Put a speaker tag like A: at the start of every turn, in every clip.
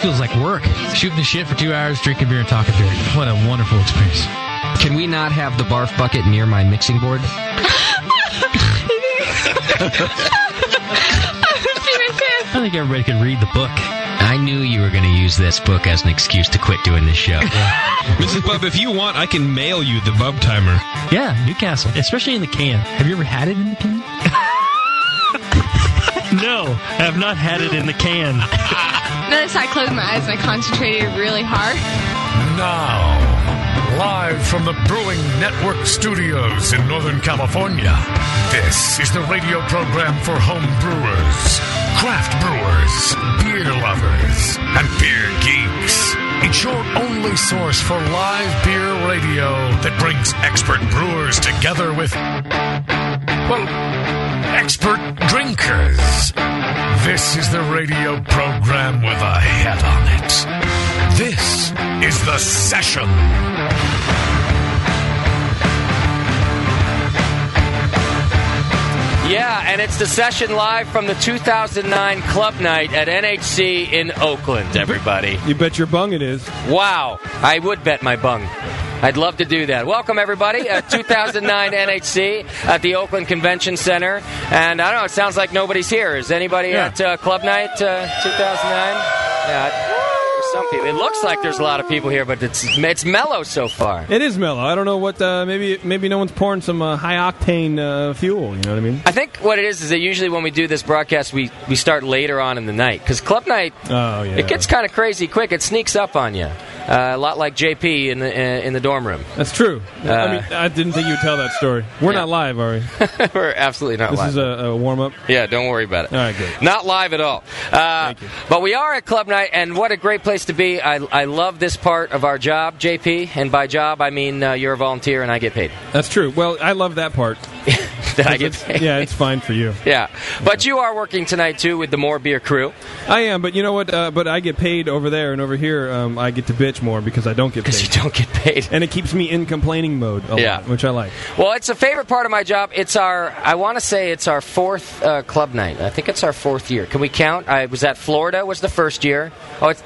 A: Feels like work. Shooting the shit for two hours, drinking beer and talking beer. What a wonderful experience.
B: Can we not have the barf bucket near my mixing board?
A: I think everybody could read the book.
B: I knew you were going to use this book as an excuse to quit doing this show.
C: Mrs. Bub, if you want, I can mail you the Bub Timer.
A: Yeah, Newcastle, especially in the can. Have you ever had it in the can? no, I have not had it in the can.
D: Notice I closed my eyes and I concentrated really hard.
E: Now, live from the Brewing Network studios in Northern California, this is the radio program for home brewers, craft brewers, beer lovers, and beer geeks. It's your only source for live beer radio that brings expert brewers together with, well, expert drinkers. This is the radio program with a head on it. This is the session.
F: Yeah, and it's the session live from the 2009 club night at NHC in Oakland, everybody.
G: You bet your bung it is.
F: Wow, I would bet my bung. I'd love to do that. Welcome, everybody. Uh, 2009 NHC at the Oakland Convention Center. And I don't know, it sounds like nobody's here. Is anybody
H: Yeah.
F: at uh, Club Night uh, 2009? Yeah, there's some people. It looks like there's a lot of people here, but it's, it's mellow so far.
H: It is mellow. I don't know what. Uh, maybe maybe no one's pouring some uh, high octane uh, fuel. You know what I mean?
F: I think what it is is that usually when we do this broadcast, we, we start later on in the night because club night
H: Oh yeah.
F: it gets kind of crazy quick. It sneaks up on you, uh, a lot like JP in the uh, in the dorm room.
H: That's true.
F: Uh,
H: I mean, I didn't think you'd tell that story. We're
F: Yeah.
H: not live, are we?
F: We're absolutely not
H: This
F: live.
H: is a, a warm up.
F: yeah, don't worry about it.
H: All right, good.
F: Not live at all. Uh, but we are at club night, and what a great place to be. I, I love this part of our job, JP. And by job, I mean uh, you're a volunteer and I get paid.
H: That's true. Well, I love that part.
F: That I get paid.
H: yeah, it's fine for you.
F: Yeah. But you are working tonight too with the More Beer crew.
H: I am, but you know what? Uh, but I get paid over there, and over here, um, I get to bitch more because I don't get paid.
F: You don't get paid.
H: and it keeps me in complaining mode a
F: Yeah.
H: lot, which I like.
F: Well, it's a favorite part of my job. It's our, I want to say it's our fourth uh, club night. I think it's our fourth year. Can we count? I was at Florida, was the first year. Oh, it's,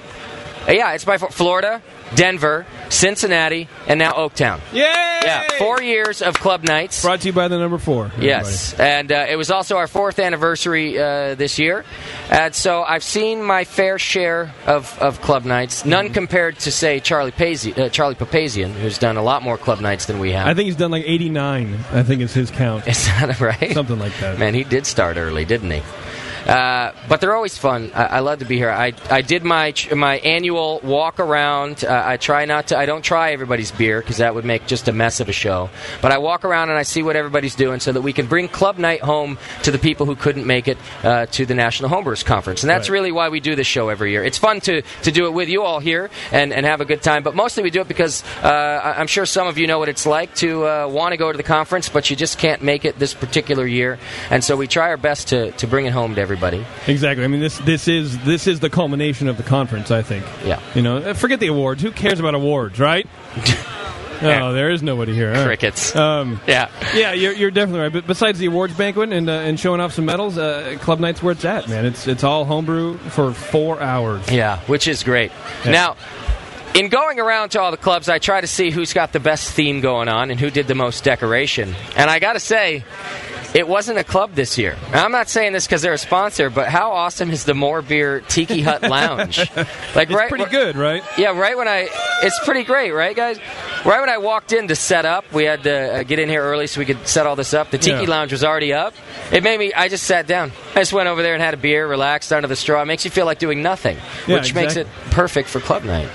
F: yeah, it's my four, Florida, Denver, Cincinnati, and now Oaktown.
H: Yay!
F: Yeah, four years of club nights.
H: Brought to you by the number four.
F: Yes, and uh, it was also our fourth anniversary uh, this year, and so I've seen my fair share of, of club nights. None compared to say Charlie Pazi- uh, Charlie Papazian, who's done a lot more club nights than we have.
H: I think he's done like 89. I think is his count.
F: Is that right?
H: Something like that.
F: Man, he did start early, didn't he? Uh, but they're always fun. I, I love to be here. I, I did my ch- my annual walk around. Uh, I try not to. I don't try everybody's beer because that would make just a mess of a show. But I walk around and I see what everybody's doing so that we can bring club night home to the people who couldn't make it uh, to the National Homebrewers Conference. And that's
I: Right.
F: really why we do this show every year. It's fun to, to do it with you all here and, and have a good time. But mostly we do it because uh, I- I'm sure some of you know what it's like to uh, want to go to the conference, but you just can't make it this particular year. And so we try our best to, to bring it home to everybody.
H: Exactly. I mean, this this is this is the culmination of the conference. I think.
F: Yeah.
H: You know, uh, forget the awards. Who cares about awards, right? oh, there is nobody here. All right.
F: Crickets.
H: Um,
F: yeah.
H: Yeah, you're, you're definitely right. But besides the awards banquet and uh, and showing off some medals, uh, club night's where it's at, man. It's it's all homebrew for four hours.
F: Yeah, which is great.
H: Yeah.
F: Now, in going around to all the clubs, I try to see who's got the best theme going on and who did the most decoration. And I got to say, It wasn't a club this year. And I'm not saying this because they're a sponsor, but how awesome is the More Beer Tiki Hut Lounge? like
H: It's pretty good, right?
F: Yeah, right when I, it's pretty great, right, guys? Right when I walked in to set up, we had to uh, get in here early so we could set all this up. The Tiki
H: Yeah.
F: Lounge was already up. It made me, I just sat down. I just went over there and had a beer, relaxed under the straw. It makes you feel like doing nothing,
H: Yeah,
F: which makes it
H: exact-
F: perfect for club night.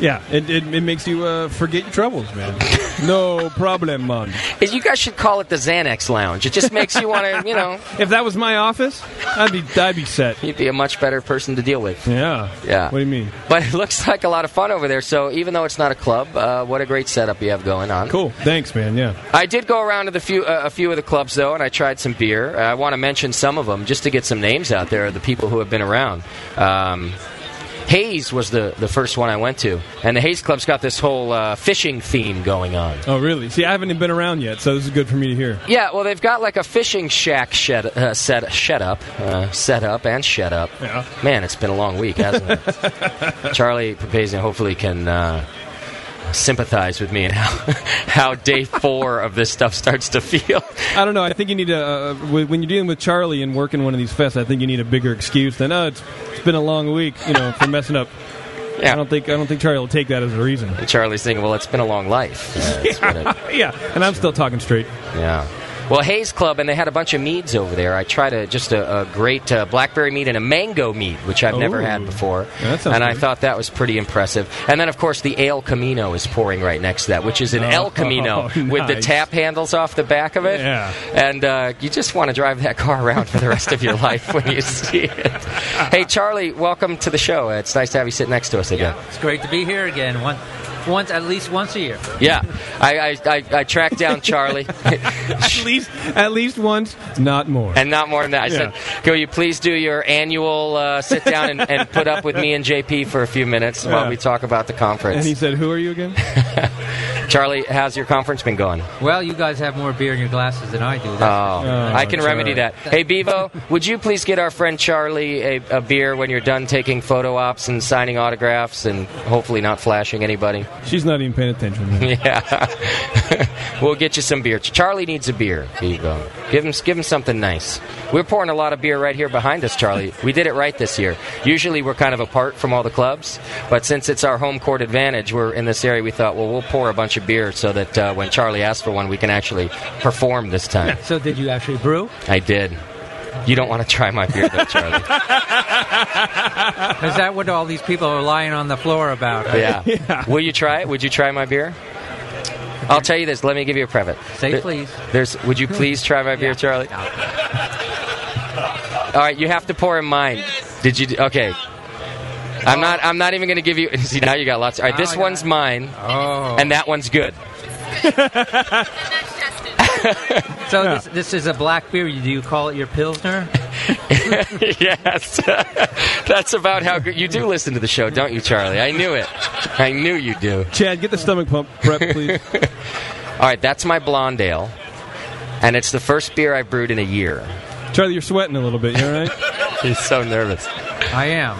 H: Yeah, it, it, it makes you uh, forget your troubles, man. no problem, man.
F: Is You guys should call it the Xanax Lounge. It just makes you want to, you know,
H: If that was my office, I'd be I'd be set.
F: you'd be a much better person to deal with.
H: Yeah.
F: Yeah.
H: What do you mean?
F: But it looks like a lot of fun over there. So even though it's not a club, uh, what a great setup you have going on.
H: Cool. Thanks, man. Yeah.
F: I did go around to the few uh, a few of the clubs though, and I tried some beer. Uh, I want to mention some of them just to get some names out there of the people who have been around. Um, Hayes was the, the first one I went to, and the Hayes Club's got this whole uh, fishing theme going on.
H: Oh, really? See, I haven't even been around yet, so this is good for me to hear.
F: Yeah, well, they've got like a fishing shack shed, uh, set, shed up, uh, set up and shed up.
H: Yeah.
F: Man, it's been a long week, hasn't it? Charlie Papazian hopefully can uh, sympathize with me and how, how day four of this stuff starts to feel.
H: I don't know. I think you need a uh, wh- when you're dealing with Charlie and working one of these fests. I think you need a bigger excuse than oh, it's, it's been a long week, you know, for messing up.
F: Yeah.
H: I don't think I don't think Charlie will take that as a reason.
F: Charlie's thinking, well, it's been a long life. Uh, it's been a-
H: yeah, and I'm still talking straight.
F: yeah. Well, Hayes Club, and they had a bunch of meads over there. I tried a, just a, a great uh, blackberry mead and a mango mead, which I've never
H: Ooh.
F: had before.
H: Yeah, that sounds
F: and I
H: good.
F: thought that was pretty impressive. And then, of course, the Ale Camino is pouring right next to that, which is an El Camino
H: Oh,
F: with the
H: nice.
F: tap handles off the back of it.
H: Yeah.
F: And uh, you just want to drive that car around for the rest of your life when you see it. Hey, Charlie, welcome to the show. It's nice to have you sit next to us again.
I: It's great to be here again. One, once at least once a year.
F: Yeah, I, I, I, I tracked down Charlie.
H: At least at least once, not more.
F: and not more than that. I
H: Yeah.
F: said, "Can you please do your annual uh, sit down and, and put up with me and JP for a few minutes while
H: Yeah.
F: we talk about the
H: And he
F: conference?"
H: said, "Who are you again?"
F: Charlie, how's your conference been going?
I: Well, you guys have more beer in your glasses than I do.
F: Oh,
I: That's-
F: I can remedy
H: Charlie.
F: that. Hey, Bevo, would you please get our friend Charlie a, a beer when you're done taking photo ops and signing autographs and hopefully not flashing anybody?
H: She's not even paying attention. man.
F: Yeah, we'll get you some beer. Charlie needs a beer. Here you go. Give him, give him something nice. We're pouring a lot of beer right here behind us, Charlie. We did it right this year. Usually we're kind of apart from all the clubs, but since it's our home court advantage, we're in this area. We thought, well, we'll pour a bunch of beer so that uh, when Charlie asks for one, we can actually perform this time.
I: So did you actually brew?
F: I did. You don't want to try my beer, though, Charlie.
I: Is that what all these people are lying on the floor about?
F: Yeah. Will you try it? Would you try my beer? I'll tell you this. Let me give you a private.
I: Say please.
F: There's. Would you please try my beer, Charlie? All right. You have to pour in mine. Did you? d- Okay. I'm not. I'm not even going to give you. See, now you got lots. All right.
I: Now
F: This
I: I got-
F: one's mine,
I: Oh.
F: and that one's good.
I: so this, this is a black beer. Do you call it your pilsner?
F: yes. That's about how good. You do listen to the show, don't you, Charlie? I knew it. I knew you do.
H: Chad, get the stomach pump prep, please.
F: All right. That's my blonde ale, and it's the first beer I've brewed in a year.
H: Charlie, you're sweating a little bit. You all right?
F: He's so nervous.
I: I am.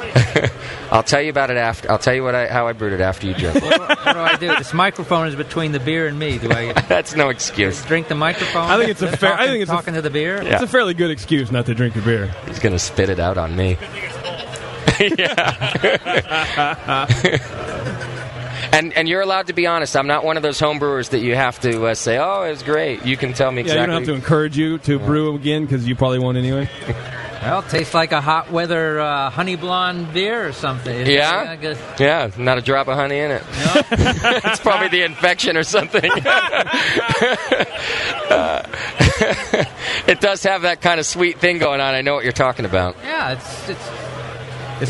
F: I'll tell you about it after. I'll tell you what I, how I brewed it after you drink.
I: What do, what do I do? This microphone is between the beer and me. Do I
F: That's no excuse.
I: drink the microphone?
H: I think it's a fair- I
I: Talking-
H: think it's a-
I: talking to the beer.
F: Yeah.
H: It's a fairly good excuse not to drink your beer.
F: He's gonna spit it out on me. yeah. and and you're allowed to be honest. I'm not one of those homebrewers that you have to uh, say, "Oh, it was great." You can tell me
H: Yeah,
F: exactly.
H: you don't have to encourage you to brew again because you probably won't anyway.
I: Well, it tastes like a hot weather uh, honey blonde beer or something.
F: Yeah?
I: I guess-
F: Yeah, not a drop of honey in it. it's probably the infection or something. Uh, it does have that kind of sweet thing going on. I know what you're talking about.
I: Yeah, it's it's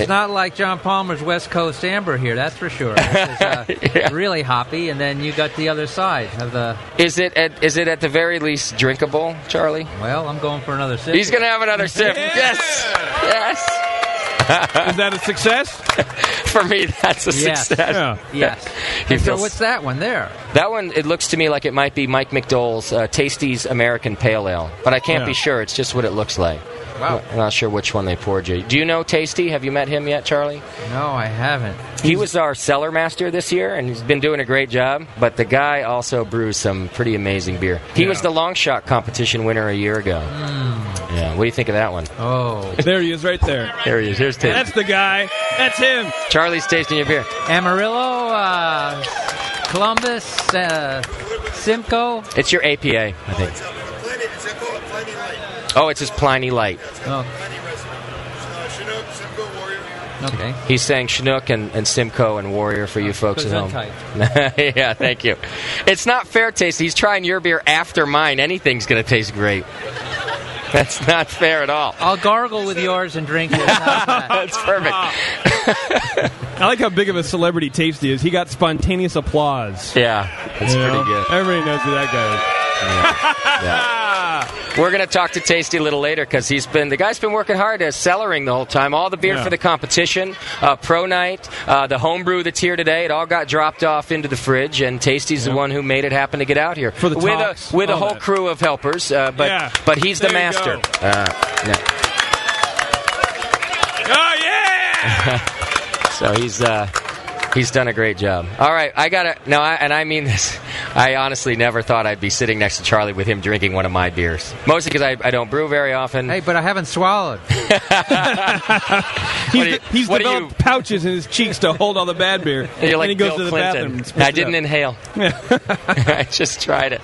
I: it's not like John Palmer's West Coast Amber here, that's for sure. This is, uh, Really hoppy, and then you got the other side of the.
F: Is it at, is it at the very least drinkable, Charlie?
I: Well, I'm going for another sip.
F: He's going to have another sip. Yes. Yes.
H: Is that a success?
F: For me, that's a
I: Yes.
F: success.
H: Yeah.
I: Yes.
F: He
I: And so
F: feels-
I: what's that one there?
F: That one, it looks to me like it might be Mike McDowell's uh, Tasty's American Pale Ale, but I can't
H: Yeah.
F: be sure. It's just what it looks like.
I: Wow.
F: I'm not sure which one they poured you. Do you know Tasty? Have you met him yet, Charlie?
I: No, I haven't.
F: He was our cellar master this year, and he's been doing a great job. But the guy also brews some pretty amazing beer. He was the long shot competition winner a year ago. Yeah, what do you think of that one?
I: Oh,
H: Mm. There he is, right there.
F: There he is. Here's Tasty.
H: That's the guy. That's him.
F: Charlie's tasting your beer.
I: Amarillo, uh, Columbus, uh, Simcoe.
F: It's your APA, I think. Oh, it's his Pliny Light.
I: Oh, okay. Oh,
F: He's saying Chinook and, and Simcoe and Warrior for you folks at home. yeah, thank you. It's not fair, Tasty. He's trying your beer after mine. Anything's going to taste great. That's not fair at all.
I: I'll gargle with yours and drink it. How's that?
F: That's perfect.
H: I like how big of a celebrity Tasty is. He got spontaneous applause.
F: Yeah, it's
H: You know?
F: pretty good.
H: Everybody knows who that guy is.
F: We're going to talk to Tasty a little later because he's been the guy's been working hard at cellaring the whole time. All the beer
H: Yeah.
F: for the competition, uh, pro night, uh, the homebrew that's here today. It all got dropped off into the fridge, and Tasty's the one who made it happen to get out here
H: For the
F: with
H: talks, Oh,
F: a with a
H: all
F: whole
H: that.
F: crew of helpers. Uh, but
H: Yeah.
F: but he's the
H: There you
F: master.
H: go.
F: Uh, yeah.
H: Oh yeah!
F: So he's. Uh, He's done a great job. All right, I gotta no, I, and I mean this. I honestly never thought I'd be sitting next to Charlie with him drinking one of my beers. Mostly because I, I don't brew very often.
I: hey, but I haven't swallowed.
H: He's,
F: What do you-
H: he's
F: what do you-
H: developed pouches in his cheeks to hold all the bad beer.
F: You're
H: and
F: like
H: he goes
F: Bill
H: to the
F: Clinton.
H: bathroom. and spits
F: I
H: it
F: didn't
H: out.
F: inhale. I just tried it.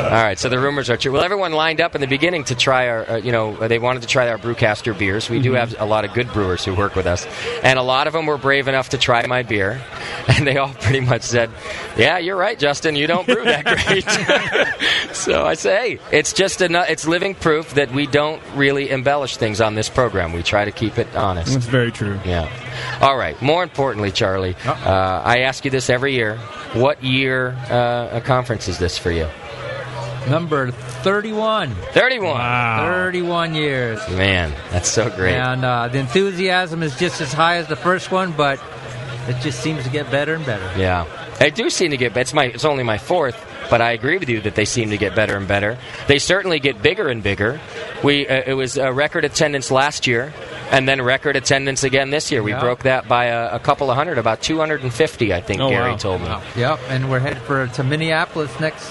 F: All right, so the rumors are true. Well, everyone lined up in the beginning to try our, uh, you know, they wanted to try our Brewcaster beers. We do
H: Mm-hmm.
F: have a lot of good brewers who work with us, and a lot of them were brave enough to try my beer, and they all pretty much said, "Yeah, you're right, Justin. You don't brew that great." so I say, hey, it's just enough. It's living proof that we don't really embellish things on this program. We try to keep it honest.
H: That's very true. Oh.
F: Yeah. All right. More importantly, Charlie, uh, I ask you this every year. What year uh, a conference is this for you?
I: Number 31.
F: 31.
I: 31 years.
F: Man, that's so great.
I: And uh, the enthusiasm is just as high as the first one, but it just seems to get better and better.
F: Yeah. They do seem to get better. It's, my, it's only my fourth, but I agree with you that they seem to get better and better. They certainly get bigger and bigger. We, uh, it was uh, record attendance last year, and then record attendance again this year. We
I: Yeah.
F: broke that by a, a couple of hundred, about 250, I think
H: Oh,
F: Gary
H: wow.
F: told me.
I: Yep, and we're headed for to Minneapolis next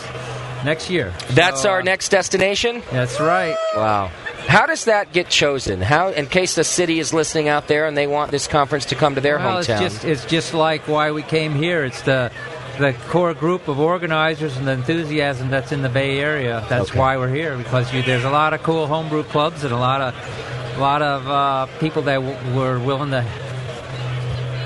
I: next year.
F: That's
I: So, uh,
F: our next destination.
I: That's right.
F: Wow. How does that get chosen? How, in case the city is listening out there and they want this conference to come to their
I: well,
F: hometown?
I: It's just, it's just like why we came here. It's the the core group of organizers and the enthusiasm that's in the Bay Area. That's
F: Okay.
I: why we're here because you, there's a lot of cool homebrew clubs and a lot of a lot of uh, people that w- were willing to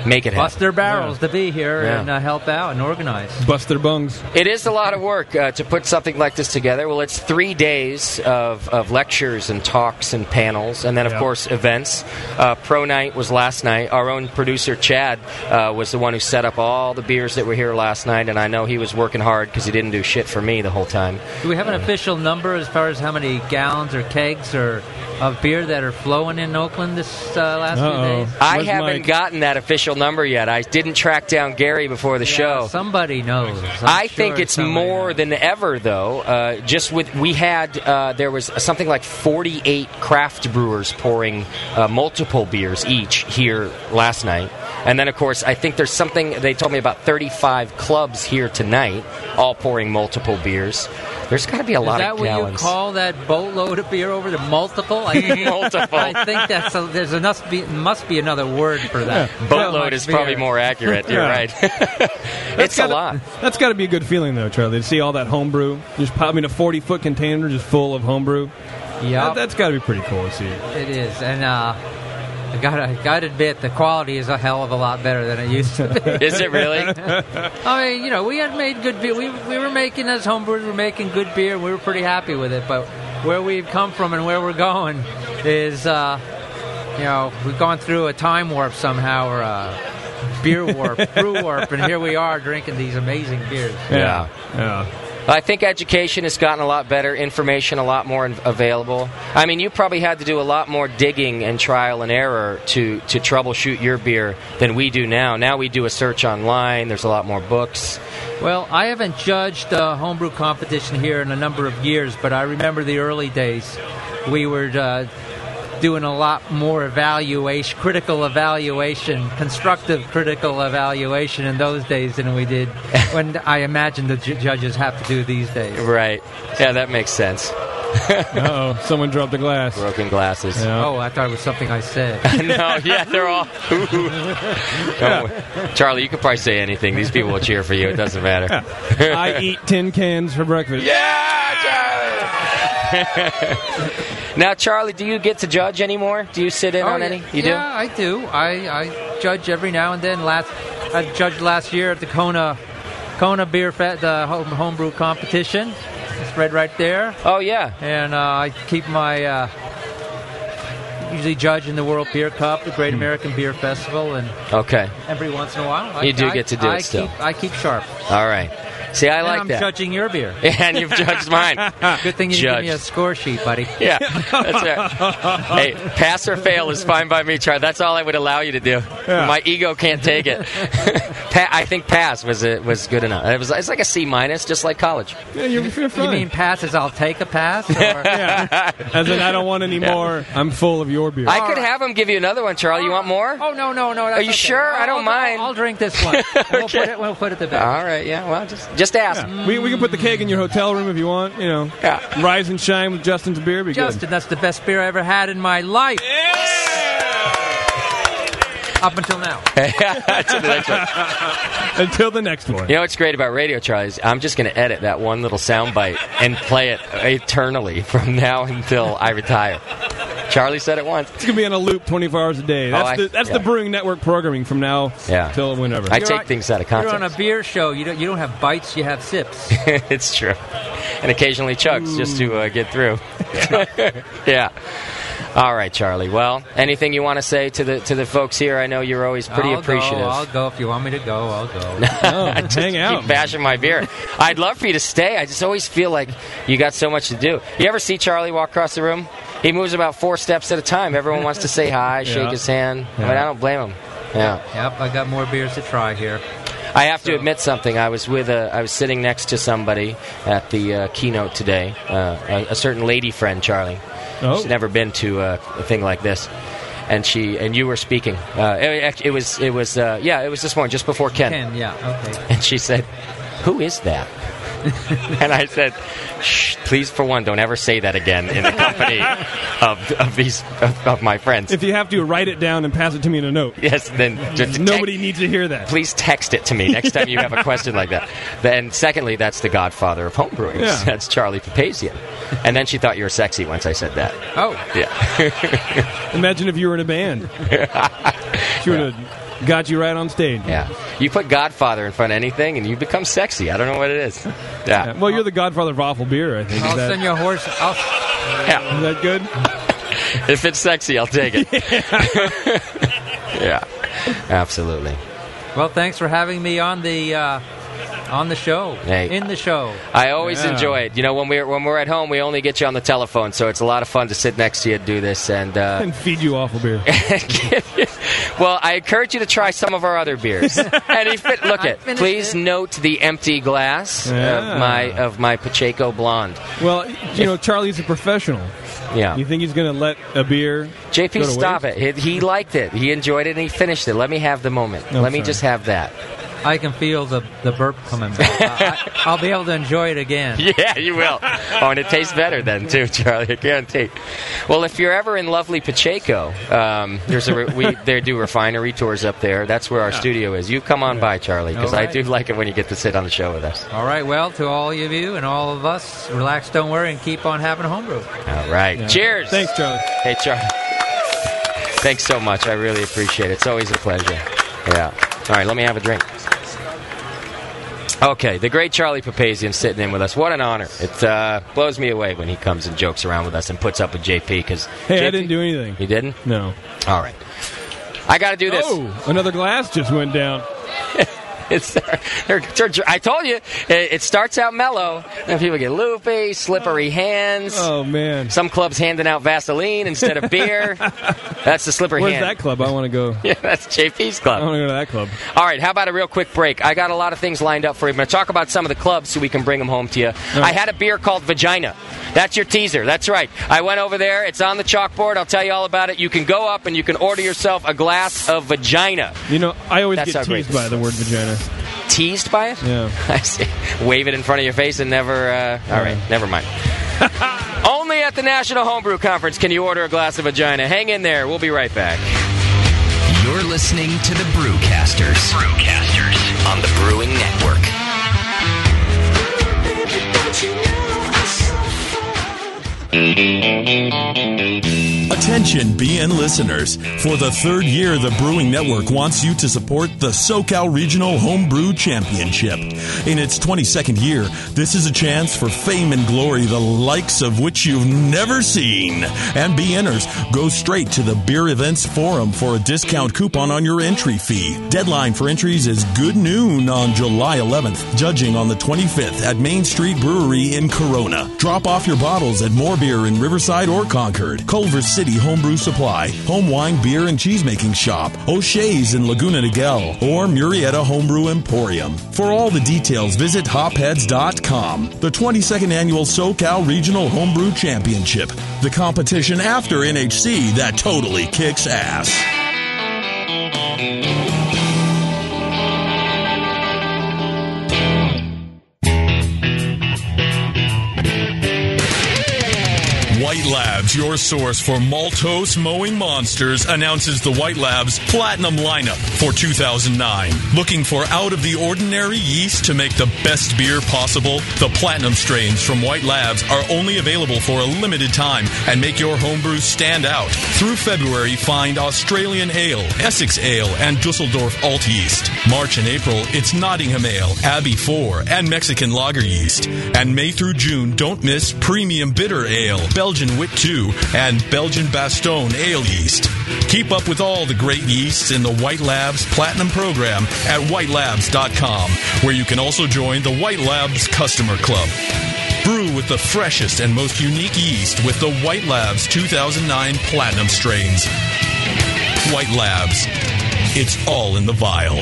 F: Make it
I: bust
F: happen.
I: their barrels to be here
F: Yeah.
I: and uh, help out and organize.
H: Bust their bungs.
F: It is a lot of work uh, to put something like this together. Well, it's three days of, of lectures and talks and panels, and then, of course, events. Uh, Pro Night was last night. Our own producer, Chad, uh, was the one who set up all the beers that were here last night, and I know he was working hard because he didn't do shit for me the whole time.
I: Do we have an official number as far as how many gallons or kegs or of beer that are flowing in Oakland this uh, last
H: Uh-oh.
I: few days?
F: I
H: Where's
F: haven't
H: Mike?
F: gotten that official number yet. I didn't track down Gary before the show.
I: Somebody knows. I'm
F: i
I: sure
F: think it's
I: somebody
F: more
I: knows.
F: than ever, though. Uh, just with we had uh, there was something like 48 craft brewers pouring uh, multiple beers each here last night, and then of course I think there's something they told me about 35 clubs here tonight, all pouring multiple beers. There's got to be a
I: Is
F: lot
I: that
F: of
I: what
F: gallons.
I: you call that boatload of beer over the multiple? I think,
F: Multiple.
I: I think that's a, there's a, must be must be another word for that. So
F: Boatload
I: much
F: is probably
I: beer.
F: more accurate. You're
H: Yeah.
F: right. it's a
H: gotta-
F: lot.
H: That's got to be a good feeling, though, Charlie, to see all that homebrew. Just pop in a 40 foot container just full of homebrew.
I: Yeah,
H: That, that's got to be pretty cool to see.
I: it is. And uh, I gotta gotta admit, the quality is a hell of a lot better than it used to be.
F: Is it really?
I: I mean, you know, we had made good beer. We, we were making as homebrewers, we were making good beer, and we were pretty happy with it. But where we've come from and where we're going is, uh, you know, we've gone through a time warp somehow or a beer warp, brew warp, and here we are drinking these amazing beers.
F: Yeah.
H: Yeah.
F: I think education has gotten a lot better, information a lot more in- available. I mean, you probably had to do a lot more digging and trial and error to, to troubleshoot your beer than we do now. Now we do a search online, there's a lot more books.
I: Well, I haven't judged a homebrew competition here in a number of years, but I remember the early days. We were uh, doing a lot more evaluation, critical evaluation, constructive critical evaluation in those days than we did when I imagine the ju- judges have to do these days.
F: Right. Yeah, that makes sense.
H: Oh, someone dropped a glass.
F: Broken glasses.
H: Yeah.
I: Oh, I thought it was something I said.
F: no, yeah, they're all. Ooh. Don't- Charlie, you could probably say anything. These people will cheer for you. It doesn't matter.
H: I eat tin cans for breakfast.
F: Yeah, Charlie. now, Charlie, do you get to judge anymore? Do you sit in
I: Oh,
F: on
I: yeah.
F: any? You
I: yeah, I do. I, I judge every now and then. Last I judged last year at the Kona Kona Beer Fest, the home, homebrew competition. It's red right there,
F: do? Oh yeah.
I: and uh, I keep my uh, usually judge in the World Beer Cup, the
F: Hmm.
I: Great American Beer Festival, and
F: Okay.
I: every once in a while I,
F: You do
I: I-
F: get to do it
I: I
F: still.
I: Keep, I keep sharp.
F: All right. See, I
I: and
F: like
I: I'm
F: that.
I: judging your beer.
F: and you've judged mine.
I: Good thing you
F: Judged.
I: give me a score sheet, buddy.
F: Yeah, that's right. Hey, pass or fail is fine by me, Charlie. That's all I would allow you to do. My ego can't take it. pa- I think pass was it was good enough. It was it's like a C minus, just like college.
H: Yeah, you're, you're fine.
I: You mean passes? I'll take a pass. Or?
H: As in, I don't want any more. I'm full of your beer.
F: I could have him give you another one, Charlie. You want more?
I: Oh no no no!
F: Are you sure? I don't mind.
I: I'll, drink this one. And We'll put it. We'll put it to bed.
F: All right, yeah. Well, just just ask.
H: Yeah. We, we can put the cake in your hotel room if you want. You know,
F: Yeah.
H: rise and shine with Justin's beer. Be
I: Justin, that's the best beer I ever had in my life. Up until now.
F: To the next one.
H: good. Until the next one.
F: You know what's great about radio, Charlie? Is I'm just going to edit that one little sound bite and play it eternally from now until I retire. Charlie said it once. Oh,
H: It's gonna be on a loop 24 hours a day. That's
F: I-
H: the that's
F: yeah.
H: the Brewing Network programming from now
F: Yeah.
H: till whenever.
F: I
I: You're
F: take
I: on-
F: things out of context.
I: You're on a beer show. You don't. You don't have bites. You have sips.
F: it's true. And occasionally chugs just to uh, get through. yeah. All right, Charlie. Well, anything you want to say to the to the folks here? I know you're always pretty
I: I'll
F: appreciative.
I: Go, I'll go if you want me to go. I'll go.
H: Oh, hang out.
F: Keep bashing my beer. I'd love for you to stay. I just always feel like you got so much to do. You ever see Charlie walk across the room? He moves about four steps at a time. Everyone wants to say hi, shake
H: Yeah.
F: his hand. I mean, I don't blame him. Yeah.
I: Yep, I got more beers to try here.
F: I have to admit something. I was with a, I was sitting next to somebody at the uh, keynote today. Uh, a, a certain lady friend, Charlie.
H: Oh.
F: She's never been to uh, a thing like this, and she and you were speaking. Uh, it, act- it was it was uh, yeah, it was this morning, just before Ken.
I: Ken, yeah, okay.
F: And she said, "Who is that?" and I said, Shh, "Please, for one, don't ever say that again in the company of of these of, of my friends."
H: If you have to, write it down and pass it to me in a note.
F: yes, then just
H: Nobody needs to hear that.
F: please text it to me next time you have a question like that. Then, secondly, that's the godfather of homebrewing.
H: Yeah.
F: That's Charlie Papazian. And then she thought you were sexy once I said that.
I: Oh,
F: Yeah.
H: Imagine if you were in a band. she would have got you right on stage.
F: Yeah. You put godfather in front of anything and you become sexy. I don't know what it is.
H: Yeah.
F: Yeah.
H: Well, you're the godfather of awful beer, I think. Is
I: I'll
H: that,
I: send you a horse. I'll,
F: yeah.
H: is that good?
F: If it's sexy, I'll take it. yeah. Absolutely.
I: well, thanks for having me on the uh, on the show.
F: Hey.
I: In the show.
F: I always
H: Yeah.
F: enjoy it. You know, when we're when we're at home, we only get you on the telephone, so it's a lot of fun to sit next to you and do this. And uh,
H: And feed you awful beer.
F: well, I encourage you to try some of our other beers. and if it, look at,
I: finished
F: please
I: it.
F: note the empty glass
H: Yeah.
F: of my of my Pacheco Blonde.
H: Well, you know, Charlie's a professional.
F: Yeah,
H: You think he's going to let a beer?
F: JP,
H: go to
F: stop
H: waste?
F: it. He, he liked it. He enjoyed it, and he finished it. Let me have the moment.
H: No,
F: Let me
H: sorry.
F: just have that.
I: I can feel the, the burp coming back. I, I- I'll be able to enjoy it again.
F: Yeah, you will. Oh, and it tastes better then too, Charlie. I guarantee. Well, if you're ever in lovely Pacheco, um, there's a re- we they do refinery tours up there. That's where our studio is. You come on by, Charlie, because I
I: Alright.
F: do like it when you get to sit on the show with us.
I: All right, well, to all of you and all of us, relax, don't worry, and keep on having homebrew.
F: All right. Cheers.
H: Thanks, Charlie.
F: Hey, Charlie. Thanks so much. I really appreciate it. It's always a pleasure. Yeah. All right, let me have a drink. Okay, the great Charlie Papazian sitting in with us. What an honor. It uh, blows me away when he comes and jokes around with us and puts up with JP because.
H: Hey, I didn't do anything.
F: You didn't?
H: No.
F: All right. I got to do this.
H: Oh, another glass just went down.
F: It's their, their, their, I told you, it, it starts out mellow, and people get loopy, slippery hands.
H: Oh man,
F: Some clubs handing out Vaseline instead of beer. that's the slippery
H: where's
F: hand.
H: that club? I want to go.
F: Yeah, that's JP's
H: I
F: club.
H: want to go to that club.
F: All right, how about a real quick break? I got a lot of things lined up for you. I'm going to talk about some of the clubs so we can bring them home to you. I had a beer called Vagina. That's your teaser. That's right. I went over there. It's on the chalkboard. I'll tell you all about it. You can go up and you can order yourself a glass of vagina.
H: You know, I always
F: That's
H: get
F: how great
H: teased
F: this
H: by the word vagina.
F: Teased by it?
H: Yeah.
F: I see. Wave it in front of your face and never. Uh, all right, never mind. Only at the National Homebrew Conference can you order a glass of vagina. Hang in there. We'll be right back.
B: You're listening to the Brewcasters. Brewcasters on the Brewing Network.
J: Attention, BN listeners. For the third year, the Brewing Network wants you to support the SoCal Regional Homebrew Championship. In its 22nd year, this is a chance for fame and glory, the likes of which you've never seen. And BNers, go straight to the Beer Events Forum for a discount coupon on your entry fee. Deadline for entries is good noon on July 11th, judging on the 25th at Main Street Brewery in Corona. Drop off your bottles at More Beer in Riverside or Concord, Culver City Homebrew Supply, Home Wine Beer and Cheesemaking Shop, O'Shea's in Laguna Niguel, or Murrieta Homebrew Emporium. For all the details, visit hopheads.com. The 22nd annual SoCal Regional Homebrew Championship, the competition after NHC that totally kicks ass.
E: White Labs, your source for maltose mowing monsters, announces the White Labs Platinum lineup for 2009. Looking for out of the ordinary yeast to make the best beer possible? The Platinum strains from White Labs are only available for a limited time and make your homebrew stand out. Through February, find Australian Ale, Essex Ale, and Dusseldorf Alt Yeast. March and April, it's Nottingham Ale, Abbey 4, and Mexican Lager Yeast. And May through June, don't miss Premium Bitter Ale, Belgian Wit 2, and Belgian Bastogne Ale Yeast. Keep up with all the great yeasts in the White Labs Platinum Program at whitelabs.com, where you can also join the White Labs Customer Club. Brew with the freshest and most unique yeast with the White Labs 2009 Platinum Strains. White Labs. It's all in the vial.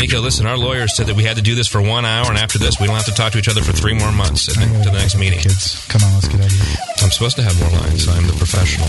C: Nico, listen, our lawyers said that we had to do this for one hour, and after this, we don't have to talk to each other for three more months at the, to the next meeting.
K: Kids, come on, let's get out of here.
C: I'm supposed to have more lines. I'm the professional.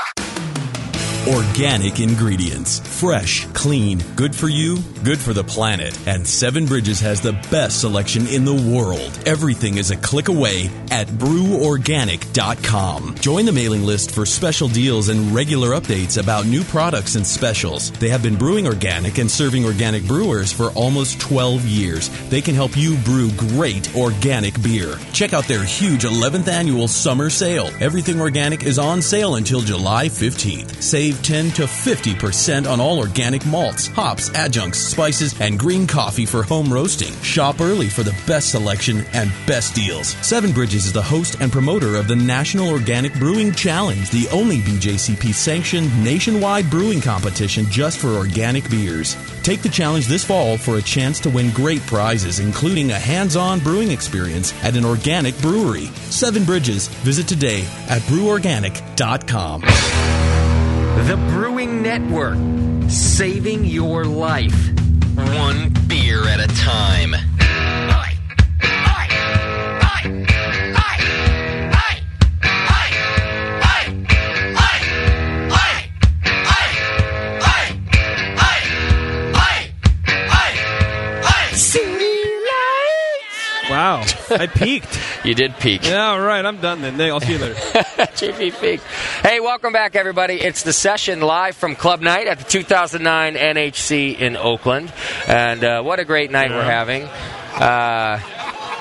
J: Organic ingredients. Fresh, clean, good for you, good for the planet. And Seven Bridges has the best selection in the world. Everything is a click away at breworganic.com. Join the mailing list for special deals and regular updates about new products and specials. They have been brewing organic and serving organic brewers for almost 12 years. They can help you brew great organic beer. Check out their huge 11th annual summer sale. Everything Organic is on sale until July 15th. Save 10 to 50% on all organic malts, hops, adjuncts, spices, and green coffee for home roasting. Shop early for the best selection and best deals. Seven Bridges is the host and promoter of the National Organic Brewing Challenge, the only BJCP sanctioned nationwide brewing competition just for organic beers. Take the challenge this fall for a chance to win great prizes, including a hands on brewing experience at an organic brewery. Seven Bridges. Visit today at breworganic.com.
F: The Brewing Network, saving your life.
B: One beer at a time.
H: I peaked.
F: You did peak.
H: Yeah, all right. I'm done then. I'll see you later.
F: JP peaked. Hey, welcome back, everybody. It's the session live from Club Night at the 2009 NHC in Oakland, and uh, what a great night we're having. Uh,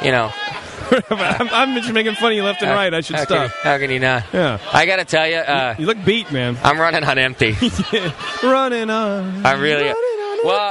F: you know,
H: I'm, I'm just making fun of you left and
F: How-
H: right. I should
F: how can
H: stop.
F: you- how can you not?
H: Yeah.
F: I gotta tell you, uh,
H: you look beat, man.
F: I'm running on empty.
H: Running on.
F: I really. Well,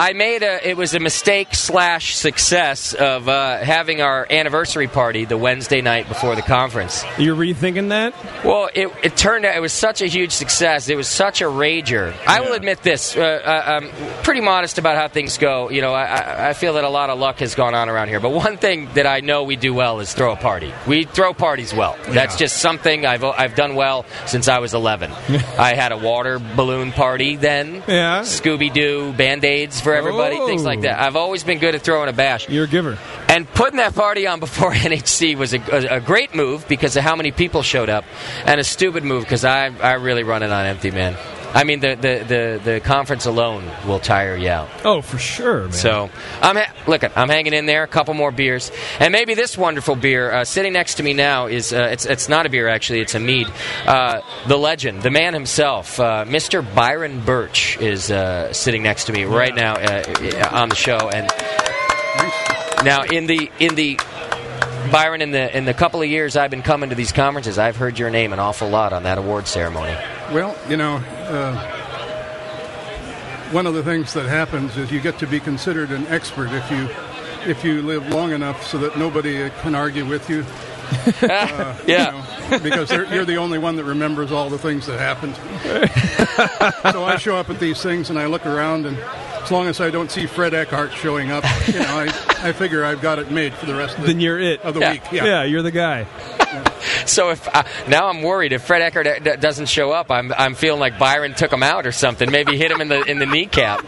F: I made a. It was a mistake slash success of uh, having our anniversary party the Wednesday night before the conference.
H: You're rethinking that?
F: Well, it, it turned out it was such a huge success. It was such a rager. I will admit this. Uh, uh, I'm pretty modest about how things go. You know, I- I, I feel that a lot of luck has gone on around here. But one thing that I know we do well is throw a party. We throw parties well. That's
L: Yeah.
F: just something I've, I've done well since I was 11. I had a water balloon party then.
H: Yeah. Oh.
F: Scooby Doo, Band Aids for everybody, things like that. I've always been good at throwing a bash.
H: You're a giver.
F: And putting that party on before NHC was a, a, a great move because of how many people showed up, and a stupid move because I, I really run it on empty, man. I mean, the, the, the, the conference alone will tire you out.
H: Oh, for sure, man.
F: So I'm ha- look, I'm hanging in there. A couple more beers, and maybe this wonderful beer uh, sitting next to me now is uh, it's it's not a beer actually, it's a mead. Uh, the legend, the man himself, uh, Mr. Byron Birch, is uh, sitting next to me right now uh, on the show, and now in the in the. Byron, in the in the couple of years I've been coming to these conferences, I've heard your name an awful lot on that award ceremony.
M: Well, you know, uh, one of the things that happens is you get to be considered an expert if you if you live long enough so that nobody uh, can argue with you. Uh,
F: Yeah.
M: you know, because they're- you're the only one that remembers all the things that happened. so I show up at these things and I look around, and as long as I don't see Fred Eckhart showing up, you know, I, I figure I've got it made for the rest of the,
H: Then you're it.
M: of the
F: Yeah.
M: week.
H: Yeah, you're the guy.
F: So if uh, now I'm worried if Fred Eckert uh, d- doesn't show up, I'm I'm feeling like Byron took him out or something. Maybe hit him in the in the kneecap.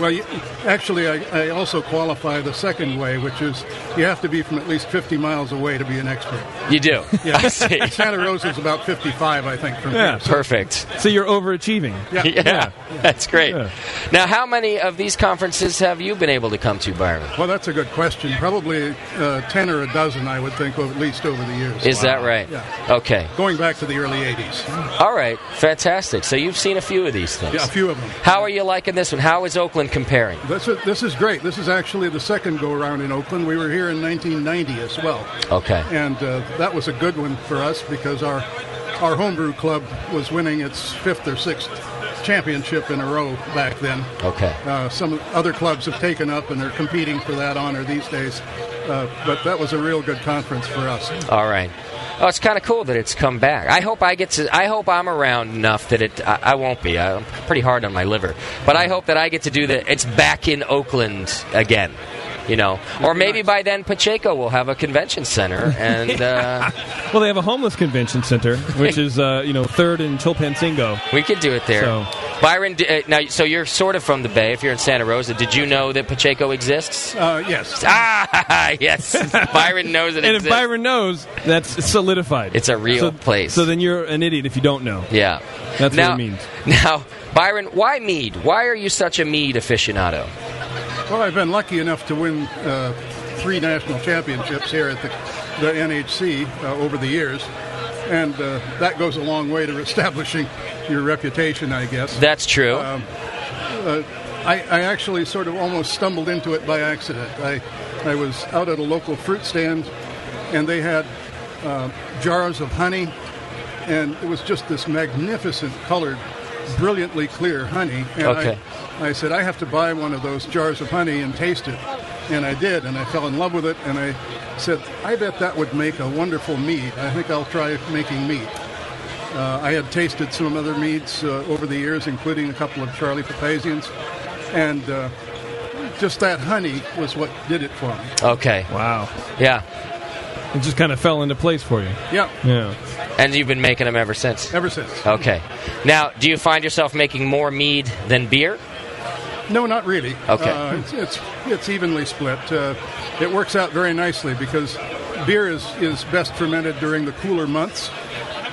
M: Well, you, actually, I, I also qualify the second way, which is you have to be from at least 50 miles away to be an expert.
F: You do.
M: Yeah.
F: I see.
M: Santa Rosa's about 55, I think, from
H: Yeah.
M: here. So-
F: Perfect.
H: So you're overachieving.
M: Yeah.
F: Yeah, that's great. Now, how many of these conferences have you been able to come to, Byron?
M: Well, that's a good question. Probably uh, 10 or a dozen, I would think, at least over the years.
F: Is that right?
M: Yeah.
F: Okay.
M: Going back to the early 80s.
F: All right. Fantastic. So you've seen a few of these things.
M: Yeah, a few of them.
F: How are you liking this one? How is Oakland comparing?
M: This is, this is great. This is actually the second go around in Oakland. We were here in 1990 as well.
F: Okay.
M: And uh, that was a good one for us because our our homebrew club was winning its fifth or sixth championship in a row back then.
F: Okay.
M: Uh, some other clubs have taken up and are competing for that honor these days. Uh, but that was a real good conference for us.
F: All right. Oh, it's kind of cool that it's come back. I hope I get to. I hope I'm around enough that it. I, I won't be. I'm pretty hard on my liver, but I hope that I get to do that. It's back in Oakland again, you know. Or maybe by then Pacheco will have a convention center, and uh,
H: Well, they have a homeless convention center, which is uh, you know third in Chilpancingo.
F: we could do it there.
H: So-
F: Byron, d- uh, now so you're sort of from the Bay. If you're in Santa Rosa, did you know that Pacheco exists?
M: Uh, yes.
F: Ah, yes. Byron knows it
H: and if
F: exists.
H: Byron knows, that's solidified. It's
F: a real
H: so,
F: place.
H: So then you're an idiot if you don't know.
F: yeah.
H: That's
F: now,
H: what it means.
F: Now, Byron, why mead? Why are you such a mead aficionado?
M: Well, I've been lucky enough to win uh, three national championships here at the, the NHC uh, over the years, and uh, that goes a long way to establishing your reputation, I guess.
F: That's true.
M: Um, uh, I, I actually sort of almost stumbled into it by accident. I, I was out at a local fruit stand, and they had uh, jars of honey, and it was just this magnificent colored, brilliantly clear honey. And
F: Okay.
M: I, I said, I have to buy one of those jars of honey and taste it. And I did, and I fell in love with it, and I said, I bet that would make a wonderful mead. I think I'll try making mead. Uh, I had tasted some other meads uh, over the years, including a couple of Charlie Papazians, and uh, just that honey was what did it for me.
F: Okay.
H: Wow.
F: Yeah.
H: It just kind of fell into place for you.
M: Yeah.
H: Yeah.
F: And you've been making them ever since?
M: Ever since.
F: Okay. Now, do you find yourself making more mead than beer?
M: No, not really.
F: Okay.
M: Uh, it's, it's it's evenly split. Uh, it works out very nicely because beer is, is best fermented during the cooler months,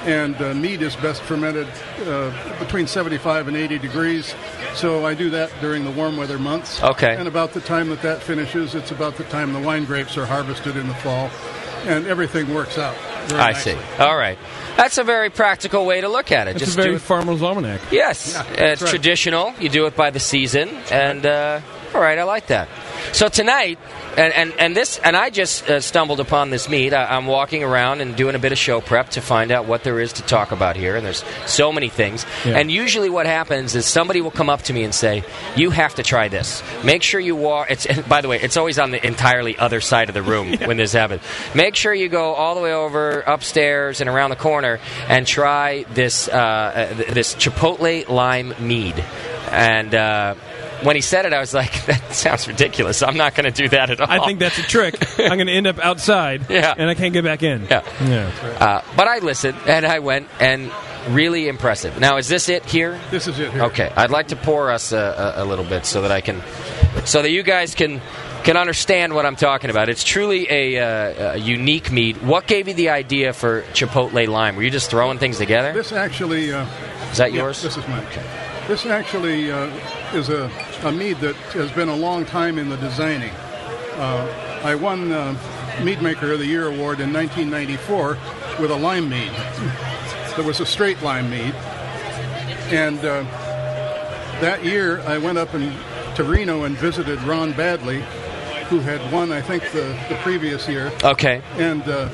M: and uh, meat is best fermented uh, between 75 and 80 degrees. So I do that during the warm weather months.
F: Okay.
M: And about the time that that finishes, it's about the time the wine grapes are harvested in the fall, and everything works out. very
F: I
M: nicely.
F: see. All right. That's a very practical way to look at it.
H: It's
F: Just
H: a very
F: do it.
H: farmer's almanac.
F: Yes,
H: Yeah,
F: uh,
H: that's
F: it's
H: right.
F: traditional. You do it by the season, and uh, all right, I like that. So tonight, and and, and this, and I just uh, stumbled upon this meet. I, I'm walking around and doing a bit of show prep to find out what there is to talk about here, and there's so many things.
L: Yeah.
F: And usually, what happens is somebody will come up to me and say, "You have to try this. Make sure you walk." It's by the way, it's always on the entirely other side of the room when this happens. Make sure you go all the way over upstairs and around the corner and try this uh, uh, th- this Chipotle lime mead. And uh, when he said it, I was like, "That sounds ridiculous. I'm not going to do that at all."
H: I think that's a trick. I'm going to end up outside,
F: Yeah.
H: and I can't get back in.
F: Yeah. Uh, but I listened and I went and really impressive. Now, is this it here?
M: This is it here.
F: Okay, I'd like to pour us a, a, a little bit so that I can, so that you guys can can understand what I'm talking about. It's truly a, uh, a unique meat. What gave you the idea for Chipotle lime? Were you just throwing things together?
M: This actually. Uh,
F: Is that
M: yeah,
F: yours?
M: this is mine. This actually uh, is a, a mead that has been a long time in the designing. Uh, I won uh, Mead Maker of the Year award in 1994 with a lime mead. There was a straight lime mead. And uh, that year, I went up in, to Reno and visited Ron Badley, who had won, I think, the, the previous year.
F: Okay.
M: And uh,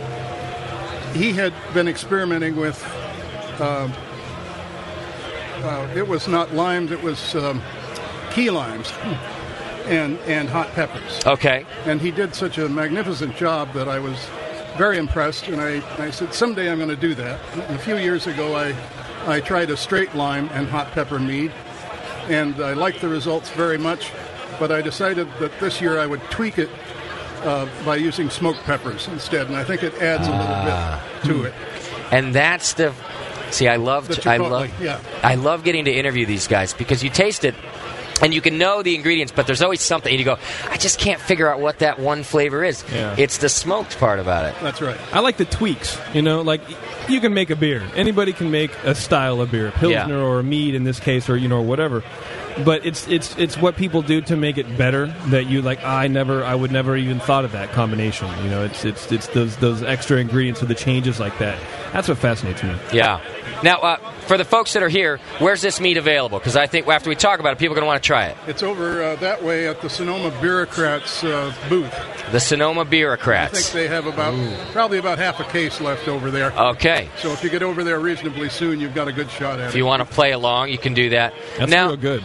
M: he had been experimenting with. um uh, it was not limes; it was um, key limes and and hot peppers.
F: Okay.
M: And he did such a magnificent job that I was very impressed, and I, I said someday I'm going to do that. And a few years ago, I I tried a straight lime and hot pepper mead, and I liked the results very much, but I decided that this year I would tweak it. Uh, by using smoked peppers instead, and I think it adds a little
F: Ah.
M: bit to it.
F: And that's the see. I love.
M: The
F: I
M: Chipotle,
F: love.
M: yeah.
F: I love getting to interview these guys because you taste it. And you can know the ingredients, but there's always something you go. I just can't figure out what that one flavor is.
H: Yeah.
F: It's the smoked part about it.
M: That's right.
H: I like the tweaks. You know, like you can make a beer. Anybody can make a style of beer, a pilsner or a mead in this case, or you know, whatever. But it's it's it's what people do to make it better that you like. "Ah, I never, I would never even thought of that combination. You know, it's it's it's those those extra ingredients or the changes like that. That's what fascinates me.
F: Yeah. Now, uh, for the folks that are here, where's this meat available? Because I think after we talk about it, people are going to want to try it.
M: It's over uh, that way at the Sonoma Bureaucrats uh, booth.
F: The Sonoma
M: I think
F: Bureaucrats.
M: they have about probably about half a case left over there.
F: Okay.
M: So if you get over there reasonably soon, you've got a good shot at
F: If
M: it.
F: you want to play along, you can do that. That's now, real
H: good.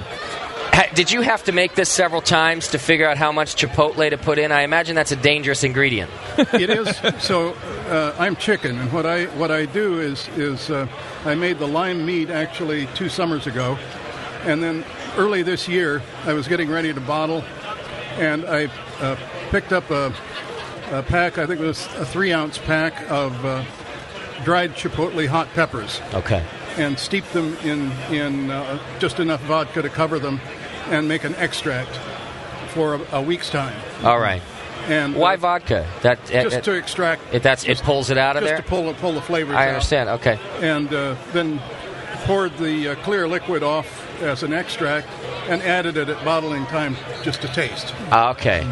F: Did you have to make this several times to figure out how much chipotle to put in? I imagine that's a dangerous ingredient.
M: it is. So uh, I'm chicken, and what I what I do is is uh, I made the lime mead actually two summers ago, and then early this year I was getting ready to bottle, and I uh, picked up a, a pack. I think it was a three ounce pack of uh, dried chipotle hot peppers.
F: Okay.
M: and steep them in in uh, just enough vodka to cover them, and make an extract for a, a week's time.
F: All right.
M: And uh,
F: Why vodka? That it-
M: just
F: it-
M: to extract,
F: it, that's it pulls it out of
M: just
F: there.
M: to pull pull the flavors.
F: I
M: out.
F: understand. Okay.
M: And uh, then poured the uh, clear liquid off as an extract and added it at bottling time just to taste.
F: Ah, Okay.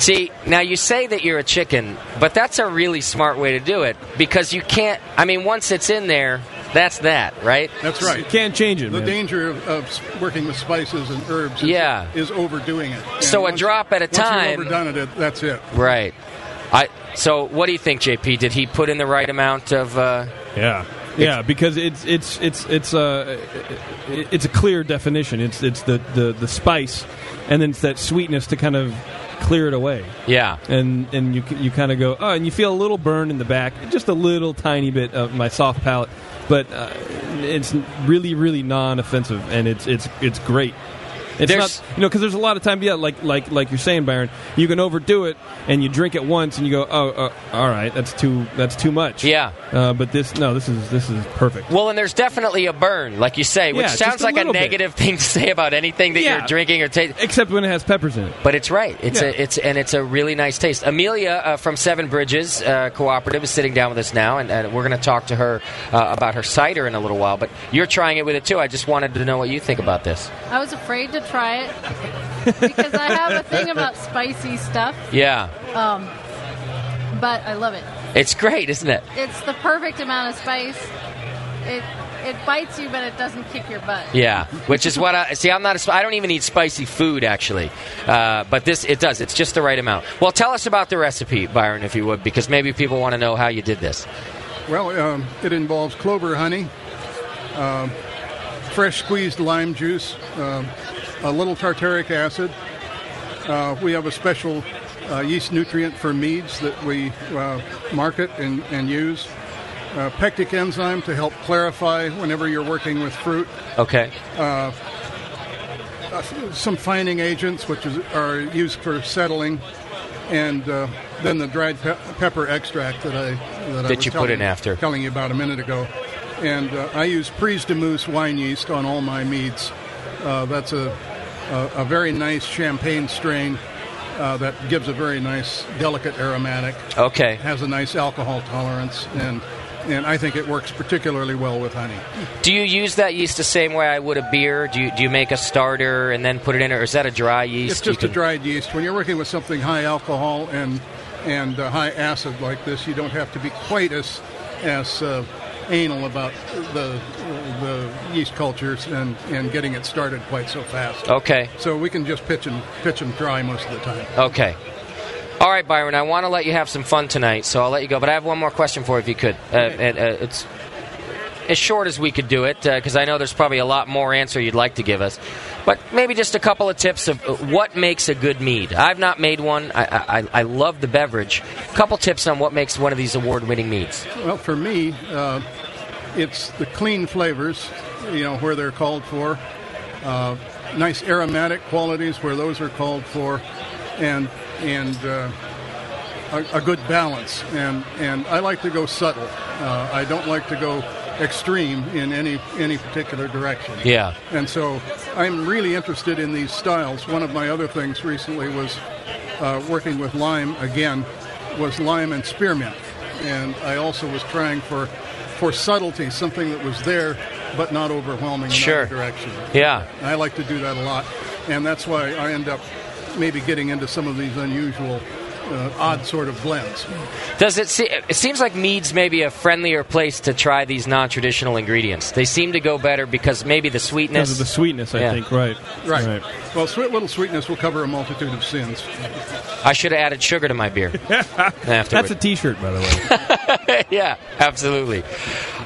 F: See, now you say that you're a chicken, but that's a really smart way to do it because you can't. I mean, once it's in there, that's that, right?
M: That's right. You
H: can't change it.
M: The danger of, of s- working with spices and herbs is,
F: Yeah.
M: is overdoing it. And
F: So a
M: once-
F: drop at a
M: once you've
F: time-
M: overdone it, it, that's it.
F: Right. I. So, what do you think, JP? Did he put in the right amount of? Uh,
H: Yeah. Yeah, because it's it's it's it's a uh, it's a clear definition. It's it's the, the the spice, and then it's that sweetness to kind of clear it away.
F: Yeah.
H: and and you you kind of go oh, and you feel a little burn in the back, just a little tiny bit of my soft palate, but uh, it's really really non offensive, and it's it's it's great. It's
F: There's-
H: not, you know, because there's a lot of time. Yeah, like like like you're saying, Byron, you can overdo it, and you drink it once, and you go, oh, uh, all right, that's too that's too much.
F: Yeah.
H: Uh, but this, no, this is this is perfect.
F: Well, and there's definitely a burn, like you say, which
H: Yeah, just
F: sounds
H: a
F: like a
H: little bit.
F: negative thing to say about anything that
H: Yeah.
F: you're drinking or tasting.
H: Except when it has peppers in it.
F: But it's right. It's
H: Yeah.
F: a it's and it's a really nice taste. Amelia uh, from Seven Bridges uh, Cooperative is sitting down with us now, and, and we're going to talk to her uh, about her cider in a little while. But you're trying it with it too. I just wanted to know what you think about this.
L: I was afraid to try it because I have a thing about spicy stuff.
F: Yeah,
L: Um, but I love it.
F: it's great, isn't it?
L: It's the perfect amount of spice. It it bites you, but it doesn't kick your butt.
F: Yeah, which is what I see. I'm not. A, sp- I don't even eat spicy food actually, uh, but this it does. It's just the right amount. Well, tell us about the recipe, Byron, if you would, because maybe people want to know how you did this.
M: Well, um, it involves clover honey, um, fresh squeezed lime juice, um, a little tartaric acid. Uh, we have a special uh, yeast nutrient for meads that we uh, market and, and use. Uh, pectic enzyme to help clarify whenever you're working with fruit.
F: Okay.
M: Uh, uh, some fining agents, which is, are used for settling, and uh, then the dried pe- pepper extract that I that, I
F: That
M: was
F: you put
M: telling-
F: in after.
M: telling you about a minute ago. And uh, I use Prise de Mousse wine yeast on all my meads. Uh, that's a, a a very nice champagne strain uh, that gives a very nice, delicate aromatic.
F: Okay.
M: Has a nice alcohol tolerance, and and I think it works particularly well with honey.
F: Do you use that yeast the same way I would a beer? Do you do you make a starter and then put it in, or is that a dry yeast?
M: It's just
F: You
M: a dried yeast. When you're working with something high alcohol and and uh, high acid like this, you don't have to be quite as as uh, anal about the the yeast cultures and, and getting it started quite so fast.
F: Okay.
M: So we can just pitch and pitch them dry most of the time.
F: can- okay. All right, Byron. I want to let you have some fun tonight, so I'll let you go. But I have one more question for you, if you could. Uh, and, uh, it's as short as we could do it, because I know there's probably a lot more answer you'd like to give us. But maybe just a couple of tips of uh, what makes a good mead. I've not made one. I, I, I- I love the beverage. A couple tips on what makes one of these award-winning meads.
M: Well, for me, uh, it's the clean flavors, you know, where they're called for. Uh, nice aromatic qualities where those are called for, and and uh, a, a good balance. And and I like to go subtle. Uh, I don't like to go extreme in any any particular direction.
F: Yeah.
M: And so I'm really interested in these styles. One of my other things recently was uh, working with lime again, was lime and spearmint. And I also was trying for, for subtlety, something that was there but not overwhelming in
F: Sure.
M: either direction.
F: Yeah.
M: And I like to do that a lot. And that's why I end up maybe getting into some of these unusual, uh, odd sort of blends.
F: Does it se- it seems like mead's maybe a friendlier place to try these non-traditional ingredients. They seem to go better because maybe the sweetness
H: Because of the sweetness, I
F: Yeah.
H: think. Right.
M: Right. Well, sweet little sweetness will cover a multitude of sins.
F: I should have added sugar to my beer. afterward.
H: That's a T-shirt, by the way.
F: yeah, absolutely.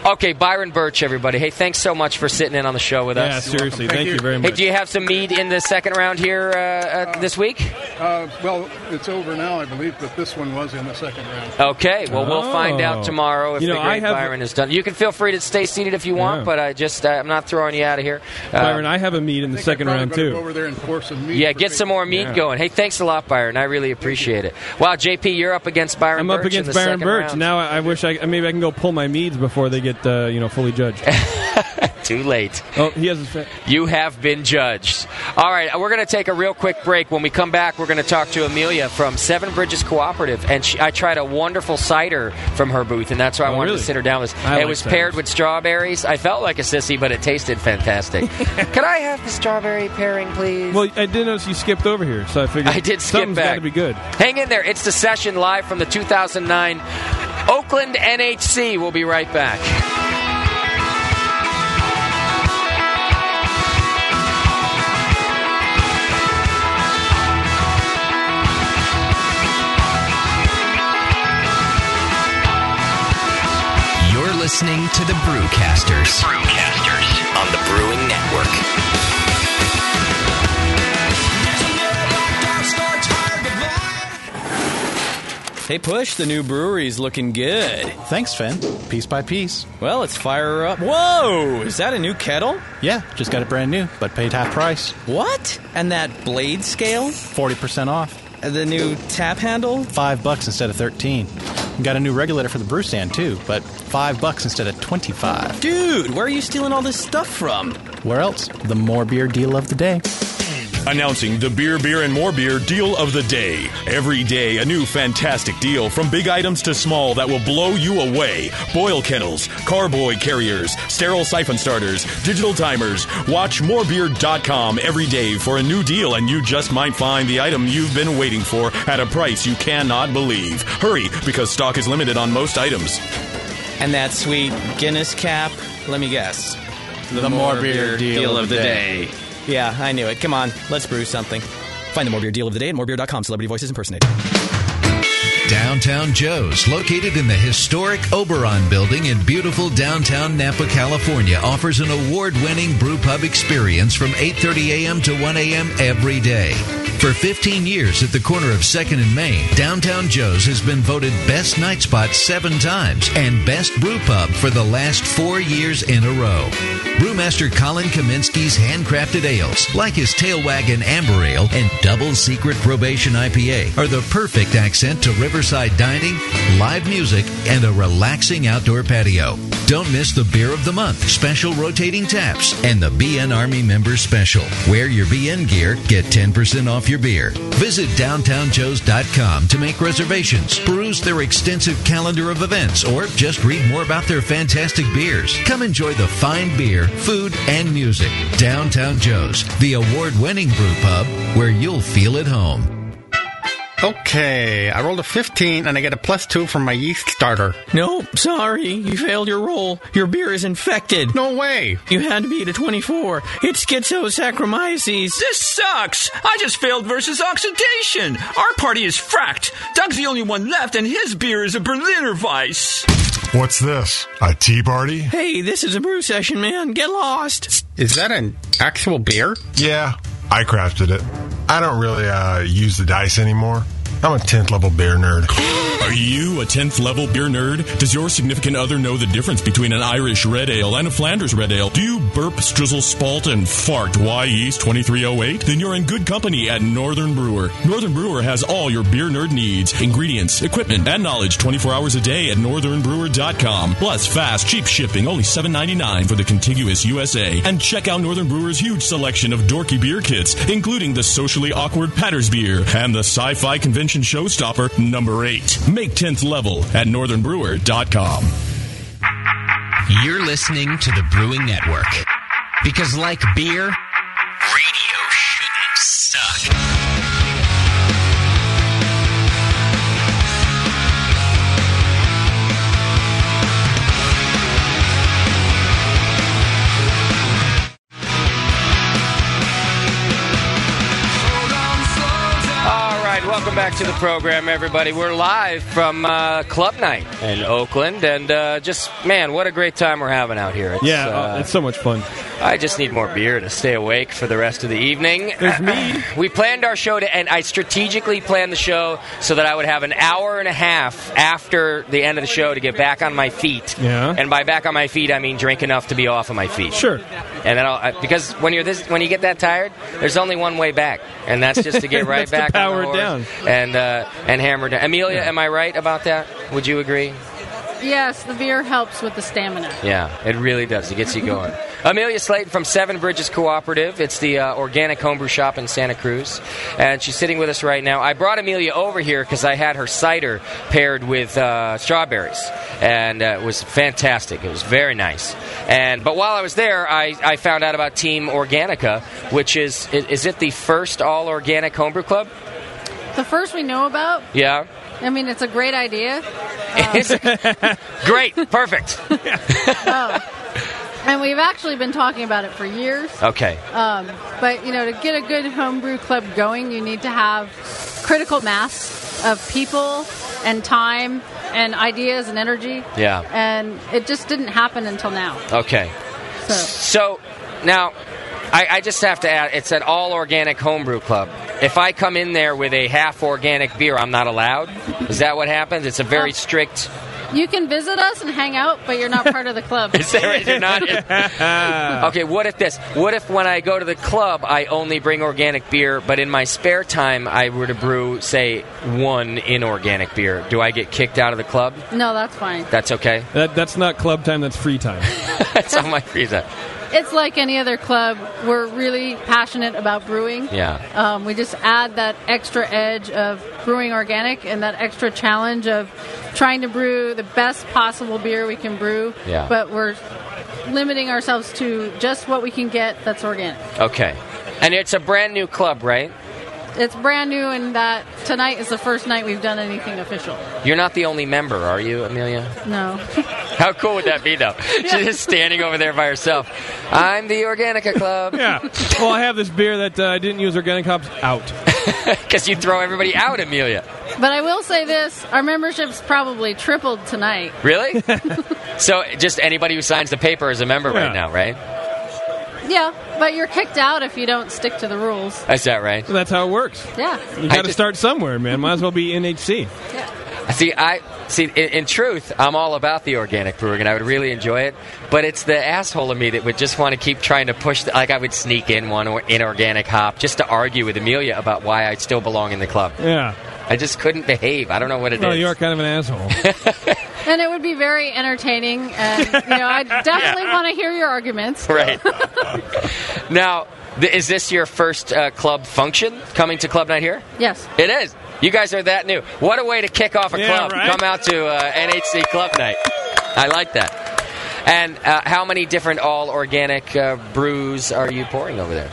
F: Okay, Byron Birch, everybody. Hey, thanks so much for sitting in on the show with
H: Yeah,
F: us.
H: seriously, Thank thank you. you very
F: Hey,
H: much.
F: do you have some mead in the second round here uh, uh, this week?
M: Uh, well, it's over now, I believe, but this one was in the second round.
F: Okay, well, we'll find out
M: Oh.
F: tomorrow if
M: You know,
F: the great
M: I have-
F: Byron is done. You can feel free to stay seated if you want,
H: Yeah.
F: but I just uh, I'm not throwing you out of here. Uh,
H: Byron, I have a meat in the second round
M: Better go
H: too.
M: over there and pour some meat.
F: Yeah,
M: for
F: get
M: me.
F: some more meat going. Hey, thanks a lot, Byron. I really appreciate it. Wow, JP, you're up against Byron.
H: I'm up
F: Birch in
H: against
F: the
H: Byron
F: second
H: Birch
F: round.
H: now. I, I wish I maybe I can go pull my meads before they get uh, you know fully judged.
F: Too late.
H: Oh, he has. A,
F: You have been judged. All right, we're going to take a real quick break. When we come back, we're going to talk to Amelia from Seven Bridges Cooperative, and she, I tried a wonderful cider from her booth, and that's why I
H: Oh,
F: wanted
H: really?
F: to sit her down with.
H: I
F: it
H: like
F: was
H: ciders.
F: paired with strawberries. I felt like a sissy, but it tasted fantastic. Can I have the strawberry pairing, please?
H: well, I did notice you skipped over here, so I figured
F: I did skip
H: something's
F: back.
H: got to be good.
F: Hang in there. It's the session live from the 2009 Oakland NHC. We'll be right back.
B: You're listening to the Brewcasters. Brewcasters on the Brewing Network.
N: Hey, Push, the new brewery's looking good.
O: Thanks, Finn. Piece by piece.
N: Well, let's fire her up. Whoa! Is that a new kettle?
O: Yeah, just got it brand new, but paid half price.
N: What? And that blade scale?
O: 40% off.
N: The new tap handle?
O: Five bucks instead of 13. Got a new regulator for the brew stand, too, but five bucks instead of 25.
N: Dude, where are you stealing all this stuff from?
O: Where else? The more beer deal of the day.
J: Announcing the Beer, Beer, and More Beer deal of the day. Every day, a new fantastic deal from big items to small that will blow you away. Boil kettles, carboy carriers, sterile siphon starters, digital timers. Watch morebeer.com every day for a new deal, and you just might find the item you've been waiting for at a price you cannot believe. Hurry, because stock is limited on most items.
N: And that sweet Guinness cap? Let me guess.
O: The more beer deal of the day.
N: Yeah, I knew it. Come on, let's brew something. Find the More Beer deal of the day at morebeer.com. Celebrity voices impersonated.
P: Downtown Joe's, located in the historic Oberon building in beautiful downtown Napa, California, offers an award-winning brew pub experience from 8:30 a.m. to 1 a.m. every day. For 15 years at the corner of 2nd and Main, Downtown Joe's has been voted best night spot 7 times and best brew pub for the last 4 years in a row. Brewmaster Colin Kaminsky's handcrafted ales, like his Tail Wagon Amber Ale and Double Secret Probation IPA, are the perfect accent to river Side dining, live music, and a relaxing outdoor patio. Don't miss the Beer of the Month, special rotating taps, and the BN Army Member Special. Wear your BN gear, get 10% off your beer. Visit downtownjoes.com to make reservations, peruse their extensive calendar of events, or just read more about their fantastic beers. Come enjoy the fine beer, food, and music. Downtown Joe's, the award winning brew pub where you'll feel at home.
Q: Okay, I rolled a 15 and I get a plus 2 from my yeast starter.
N: No, sorry, you failed your roll. Your beer is infected.
Q: No way.
N: You had to beat a 24. It's schizosaccharomyces.
R: This sucks. I just failed versus oxidation. Our party is fracked. Doug's the only one left and his beer is a Berliner Weiss.
S: What's this? A tea party?
N: Hey, this is a brew session, man. Get lost.
Q: Is that an actual beer?
S: Yeah, I crafted it. I don't really uh, use the dice anymore. I'm a 10th level beer nerd.
J: Are you a 10th level beer nerd? Does your significant other know the difference between an Irish red ale and a Flanders red ale? Do you burp, strizzle, spalt, and fart Y yeast 2308? Then you're in good company at Northern Brewer. Northern Brewer has all your beer nerd needs, ingredients, equipment, and knowledge 24 hours a day at northernbrewer.com. Plus, fast, cheap shipping, only $7.99 for the contiguous USA. And check out Northern Brewer's huge selection of dorky beer kits, including the socially awkward Patters beer and the sci fi convention showstopper number 8. Make 10th level at northernbrewer.com.
B: You're listening to the Brewing Network. Because, like beer, radio shouldn't suck.
F: All right, welcome back to the program, everybody. We're live from uh, Club Night in Oakland, and uh, just man, what a great time we're having out here. It's,
H: Yeah,
F: uh,
H: uh, it's so much fun.
F: I just need more beer to stay awake for the rest of the evening. There's me. We planned our show to, and I strategically planned the show so that I would have an hour and a half after the end of the show to get back on my feet.
H: Yeah.
F: And by back on my feet, I mean drink enough to be off of my feet. Sure. And then I'll, I- because when you're this, when you get that tired, there's only one way back, and that's just to get right
H: That's to
F: back on
H: power
F: the
H: it
F: horse
H: down.
F: and uh, and hammer down. Amelia, am I right about that? Would you agree?
L: Yes, the beer helps with the stamina.
F: Yeah, it really does. It gets you going. Amelia Slayton from Seven Bridges Cooperative. It's the uh, organic homebrew shop in Santa Cruz. And she's sitting with us right now. I brought Amelia over here because I had her cider paired with uh, strawberries. And uh, it was fantastic. It was very nice. And But while I was there, I, I found out about Team Organica, which is, i- is it the first all organic homebrew club?
L: The first we know about,
F: Yeah.
L: I mean, it's a great idea.
F: Great. Perfect.
L: And we've actually been talking about it for years.
F: Okay.
L: Um, but you know, to get a good homebrew club going, you need to have critical mass of people and time and ideas and energy.
F: Yeah.
L: And it just didn't happen until now.
F: Okay. So now, I, I just have to add, it's an all organic homebrew club. if I come in there with a half organic beer, I'm not allowed. Is that what happens? It's a very strict.
L: You can visit us and hang out, but you're not part of the club.
F: Is that right? You're not. okay. What if this? What if when I go to the club, I only bring organic beer, but in my spare time, I were to brew, say, one inorganic beer? Do I get kicked out of the club?
L: No, that's fine.
F: That's okay.
H: That, that's not club time. That's free time.
F: that's on my freezer.
L: It's like any other club. We're really passionate about brewing.
F: Yeah.
L: Um, we just add that extra edge of brewing organic and that extra challenge of trying to brew the best possible beer we can brew.
F: Yeah.
L: But we're limiting ourselves to just what we can get that's organic.
F: Okay. And it's a brand new club, right?
L: It's brand new, and that tonight is the first night we've done anything official.
F: You're not the only member, are you, Amelia?
L: No.
F: How cool would that be, though? She's just standing over there by herself. I'm the Organica Club.
H: Yeah. Well, I have this beer that uh, I didn't use organic hops out.
F: Because you throw everybody out, Amelia.
L: But I will say this our membership's probably tripled tonight.
F: Really? so just anybody who signs the paper is a member right now, right?
L: Yeah, but you're kicked out if you don't stick to the rules.
F: Is that right?
H: That's how it works.
L: Yeah.
H: You got to start somewhere, man. Might as well be NHC.
F: See, I see. In, in truth, I'm all about the organic brewing, and I would really enjoy it. But it's the asshole of me that would just want to keep trying to push. The, like I would sneak in one or inorganic hop just to argue with Amelia about why I still belong in the club.
H: Yeah.
F: I just couldn't behave. I don't know what it is.
H: No, you are kind of an asshole.
L: And it would be very entertaining. And, you know, I definitely
F: Yeah.
L: want to hear your arguments.
F: Right. now, th- is this your first uh, club function coming to Club Night here?
L: Yes.
F: It is. You guys are that new. What a way to kick off a
L: Yeah,
F: club.
L: right?
F: Come out to uh, NHC Club Night. I like that. And uh, how many different all organic uh, brews are you pouring over there?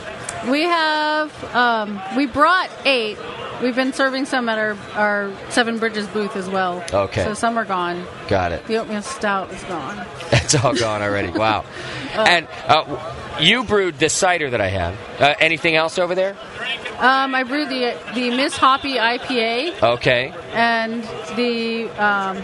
L: We have, um, we brought eight. We've been serving some at our, our Seven Bridges booth as well.
F: Okay.
L: So some are gone.
F: Got it.
L: The oatmeal stout is gone.
F: That's all gone already. Wow.
L: Oh.
F: and uh, w- you brewed the cider that I have. Uh, anything else over there?
L: Um, I brewed the, the Miss Hoppy IPA
F: Okay.
L: and the, um,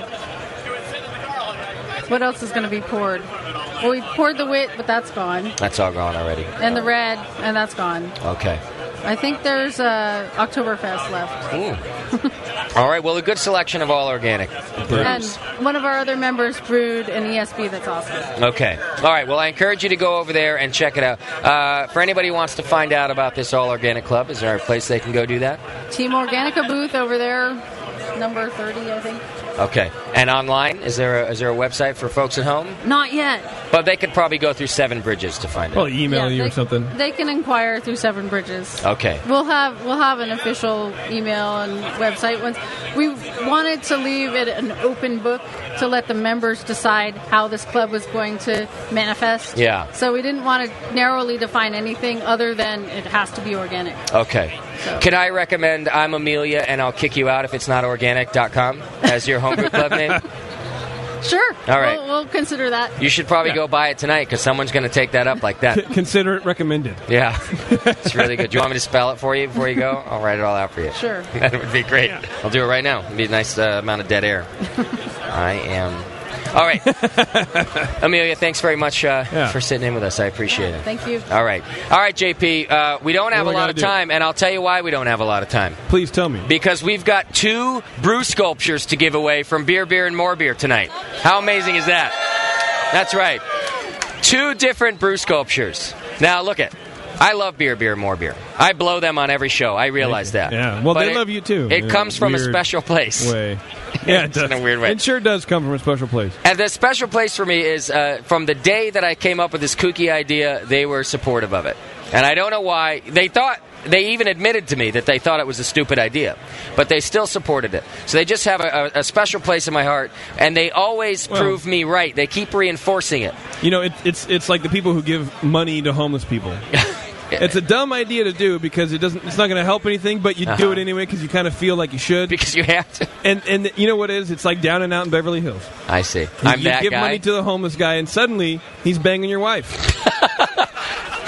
L: what else is going to be poured? Well, we poured the wit, but that's gone.
F: That's all gone already.
L: And the red, and that's gone.
F: Okay.
L: I think there's uh, Oktoberfest left.
F: Ooh. all right. Well, a good selection of all organic brews.
L: And one of our other members brewed an ESB that's awesome.
F: Okay. All right. Well, I encourage you to go over there and check it out. Uh, for anybody who wants to find out about this All Organic Club, is there a place they can go do that?
L: Team Organica booth over there, number 30, I think.
F: Okay. And online, is there a, is there a website for folks at home?
L: Not yet.
F: But they could probably go through Seven Bridges to find it.
H: Well, email you or something.
L: They can inquire through Seven Bridges.
F: Okay.
L: We'll have we'll have an official email and website once. We wanted to leave it an open book to let the members decide how this club was going to manifest.
F: Yeah.
L: So we didn't want to narrowly define anything other than it has to be organic.
F: Okay. Can I recommend I'm Amelia and I'll kick you out if it's not organic.com as your homebrew club name?
L: Sure.
F: All right.
L: We'll, we'll consider that.
F: You should probably
H: Yeah.
F: go buy it tonight because someone's going to take that up like that.
H: C- consider it recommended.
F: Yeah, it's really good. Do you want me to spell it for you before you go? I'll write it all out for you.
L: Sure.
F: That would be great. I'll do it right now. It'd be a nice uh, amount of dead air. I am. All right. Amelia, thanks very much uh, for sitting in with us. I appreciate it.
L: Thank you.
F: All right. All right, JP. Uh, we don't have
H: What
F: a
H: do I
F: lot
H: gotta
F: of
H: do?
F: time, and I'll tell you why we don't have a lot of time.
H: Please tell me.
F: Because we've got two brew sculptures to give away from Beer, Beer, and More Beer tonight. How amazing is that? That's right. Two different brew sculptures. Now, look at. I love beer, beer, more beer. I blow them on every show. I realize that.
H: Yeah. Well,
F: But
H: they
F: it-
H: love you too.
F: It
H: in
F: comes from a
H: weird
F: special place.
H: Way. Yeah, it
F: It's in
H: does.
F: a weird way.
H: It sure does come from a special place.
F: And the special place for me is uh, from the day that I came up with this kooky idea, they were supportive of it. And I don't know why. They thought, they even admitted to me that they thought it was a stupid idea, but they still supported it. So they just have a, a, a special place in my heart, and they always prove me right. They keep reinforcing it.
H: You know, it, it's it's like the people who give money to homeless people. it's a dumb idea to do because it doesn't. It's not going to help anything, but you
F: Uh-huh.
H: do it anyway because you kind of feel like you should
F: because you have to.
H: And and you know what it is? It's like down and out in Beverly Hills.
F: I see.
H: You,
F: I'm
H: you
F: that
H: give
F: guy.
H: money to the homeless guy, and suddenly he's banging your wife.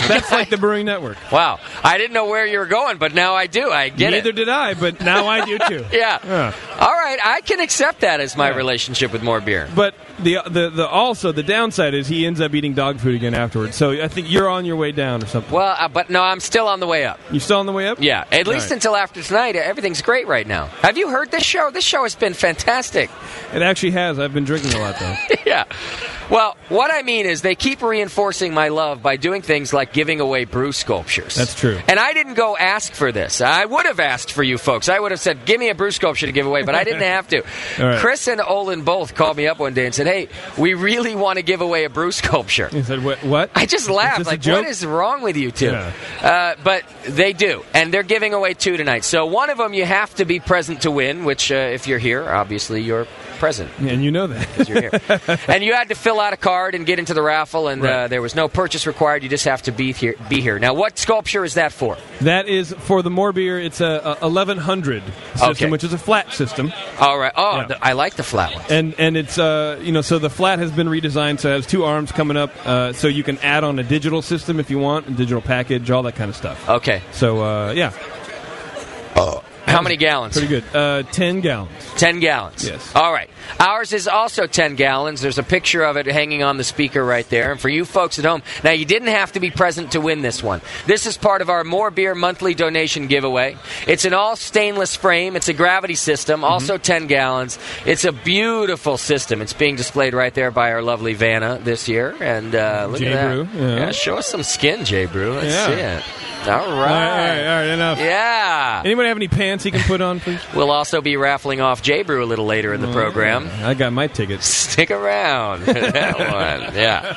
H: That's like the Brewing Network.
F: Wow. I didn't know where you were going, but now I do. I get it.
H: Neither did I, but now I do too.
F: yeah. All right, I can accept that as my relationship with more beer.
H: But the, the the also the downside is he ends up eating dog food again afterwards. So I think you're on your way down or something.
F: Well, uh, but no, I'm still on the way up.
H: You still on the way up?
F: Yeah, at
H: All
F: least
H: right.
F: until after tonight, everything's great right now. Have you heard this show? This show has been fantastic.
H: It actually has. I've been drinking a lot though.
F: yeah. Well, what I mean is they keep reinforcing my love by doing things like giving away brew sculptures.
H: That's true.
F: And I didn't go ask for this. I would have asked for you folks. I would have said, give me a brew sculpture to give away, but I didn't have to.
H: All right.
F: Chris and Olin both called me up one day and said, hey, we really want to give away a brew sculpture.
H: He said, "What? What?"
F: I just laughed.
H: this a
F: Like,
H: joke?
F: what is wrong with you two? Uh, but they do, and they're giving away two tonight. So one of them you have to be present to win. Which, uh, if you're here, obviously you're present.
H: and you know that.
F: and you had to fill out a card and get into the raffle, and uh,
H: Right.
F: there was no purchase required. You just have to be here. Be here. Now, what sculpture is that for?
H: That is for the more beer. It's a, a 1100 system,
F: Okay.
H: which is a flat system.
F: All right. Oh, th- I like the flat one.
H: And and it's uh you know so the flat has been redesigned so it has two arms coming up uh, so you can add on a digital system if you want a digital package all that kind of stuff.
F: Okay.
H: So uh, yeah.
F: How many gallons?
H: Pretty good. Uh, Ten gallons.
F: 10 gallons.
H: Yes.
F: All right. Ours is also 10 gallons. There's a picture of it hanging on the speaker right there. And for you folks at home, now you didn't have to be present to win this one. This is part of our More Beer monthly donation giveaway. It's an all stainless frame, it's a gravity system,
H: Mm-hmm.
F: also 10 gallons. It's a beautiful system. It's being displayed right there by our lovely Vanna this year. And uh, look
H: Jay
F: at that.
H: Brew, yeah.
F: Show us some skin, Jay Brew. Let's
H: Yeah.
F: see it. All
H: All right, all
F: right.
H: right, all right, enough.
F: Yeah.
H: Anybody have any pants he can put on, please?
F: We'll also be raffling off J Brew a little later in the program.
H: Mm. I got my tickets.
F: Stick around for that one. Yeah.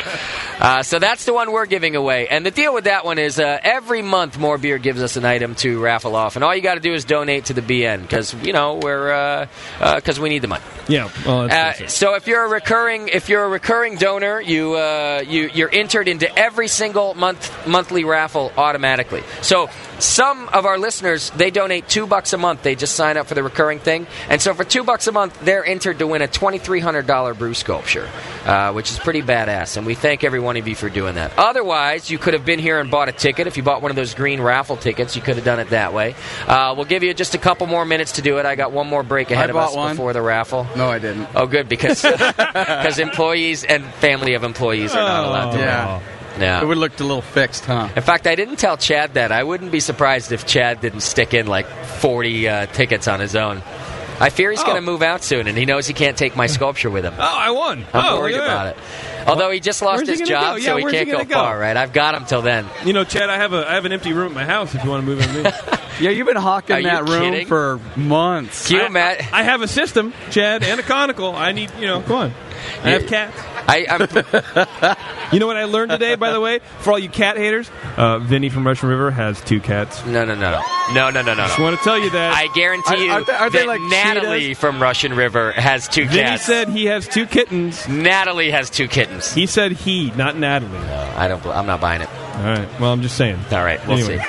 F: Uh, so that's the one we're giving away. And the deal with that one is uh, every month More Beer gives us an item to raffle off. And all you got to do is donate to the BN because, you know, we're, because we need the money.
H: Yeah. Well, that's-
F: Uh, so if you're a recurring if you're a recurring donor, you uh, you you're entered into every single month monthly raffle automatically. So some of our listeners they donate two bucks a month. They just sign up for the recurring thing, and so for two bucks a month, they're entered to win a twenty three hundred dollar brew sculpture, uh, which is pretty badass. And we thank every one of you for doing that. Otherwise, you could have been here and bought a ticket. If you bought one of those green raffle tickets, you could have done it that way. Uh, we'll give you just a couple more minutes to do it. I got one more break ahead
T: I
F: of
T: bought
F: us
T: one.
F: before the raffle.
T: No, I didn't.
F: Oh, good because because employees and family of employees are not allowed
H: Oh,
F: to.
T: Yeah.
F: win. No.
T: It would looked a little fixed, huh?
F: In fact, I didn't tell Chad that. I wouldn't be surprised if Chad didn't stick in like 40 uh, tickets on his own. I fear he's going to move out soon, and he knows he can't take my sculpture with him.
H: oh, I won.
F: I'm
H: oh,
F: worried
H: look at
F: about
H: that.
F: it. Although he just lost
H: Where's he
F: his
H: gonna
F: job,
H: go? Yeah,
F: so he
H: where's he
F: can't go,
H: gonna go?
F: far, right? I've got him till then.
H: Uh, You know, Chad, I have a I have an empty room at my house. If you want to move in, with me.
T: Yeah, you've been hawking
H: Are you
T: that room
H: kidding?
T: for months.
F: Can you imagine?
H: I have a system, Chad, and a conical. I need, you know, come on. I have cats.
F: I,
H: you know what I learned today, by the way, for all you cat haters? Uh, Vinny from Russian River has two cats.
F: No, no, no, no, no, no, no.
H: Just want to tell you that.
F: I guarantee you that Natalie from Russian River has two
H: Vinny
F: cats.
H: said he has two kittens.
F: Natalie has two kittens.
H: He said he, not Natalie.
F: I don't. I'm not buying it.
H: All right. Well, I'm just saying.
F: All right. We'll see.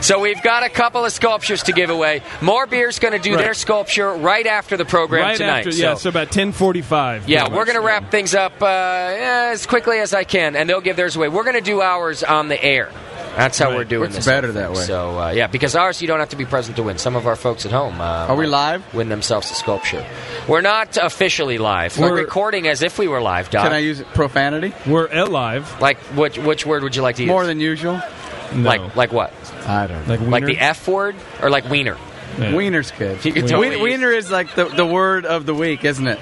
F: So we've got a couple of sculptures to give away. More Beer's going to do
H: Right.
F: their sculpture right after the program
H: Right
F: tonight.
H: after, yeah. So about 10:45.
F: Yeah,
H: pretty
F: we're
H: much.
F: going to wrap things up uh, as quickly as I can, and they'll give theirs away. We're going to do ours on the air. That's how we're doing
T: It's
F: this.
T: better
F: whole
T: that
F: thing.
T: way.
F: So, uh, yeah, because ours you don't have to be present to win. Some of our folks at home uh, are we live? Win themselves a sculpture. We're not officially live. We're,
T: We're-
F: recording as if we were live. Doc.
T: Can I use profanity?
H: We're alive.
F: like which which word would you like to use?
T: More than usual.
F: Like like what?
T: I don't.
H: Like
F: Like the F word or like wiener?
T: Wiener's good.
F: You could totally
T: Wien-
F: use-
T: Wiener is like the, the word of the week, isn't it?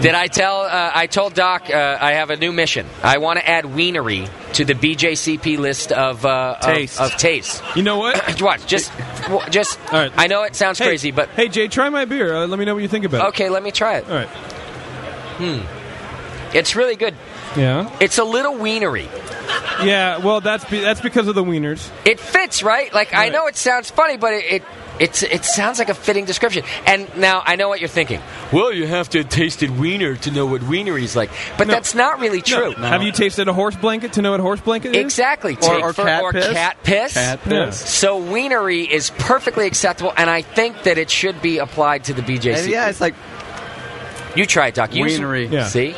F: Did I tell? Uh, I told Doc uh, I have a new mission. I want to add wienery to the BJCP list of uh, of-
H: Taste.
F: of, tastes.
H: You know what?
F: Watch, just, w- just. All right. I know it sounds
H: Hey,
F: crazy, but
H: hey, Jay, try my beer. Uh, let me know what you think about
F: okay, let me try it.
H: All right.
F: Hmm. It's really good.
H: it. Yeah.
F: It's a little wienery.
H: Yeah. Well, that's be- that's because of the wieners.
F: It fits, right? Like I know it sounds funny, but it. it it's, it sounds like a fitting description. And now I know what you're thinking. Well, you have to have tasted wiener to know what wienery's like. But that's not really true.
H: Have you tasted a horse blanket to know what horse blanket is?
F: Exactly. Take for- or cat piss.
H: Hmm.
F: So wienery is perfectly acceptable, and I think that it should be applied to the BJC.
T: yeah, it's like
F: you try it, Doc. You
T: Wienery. Yeah.
F: See,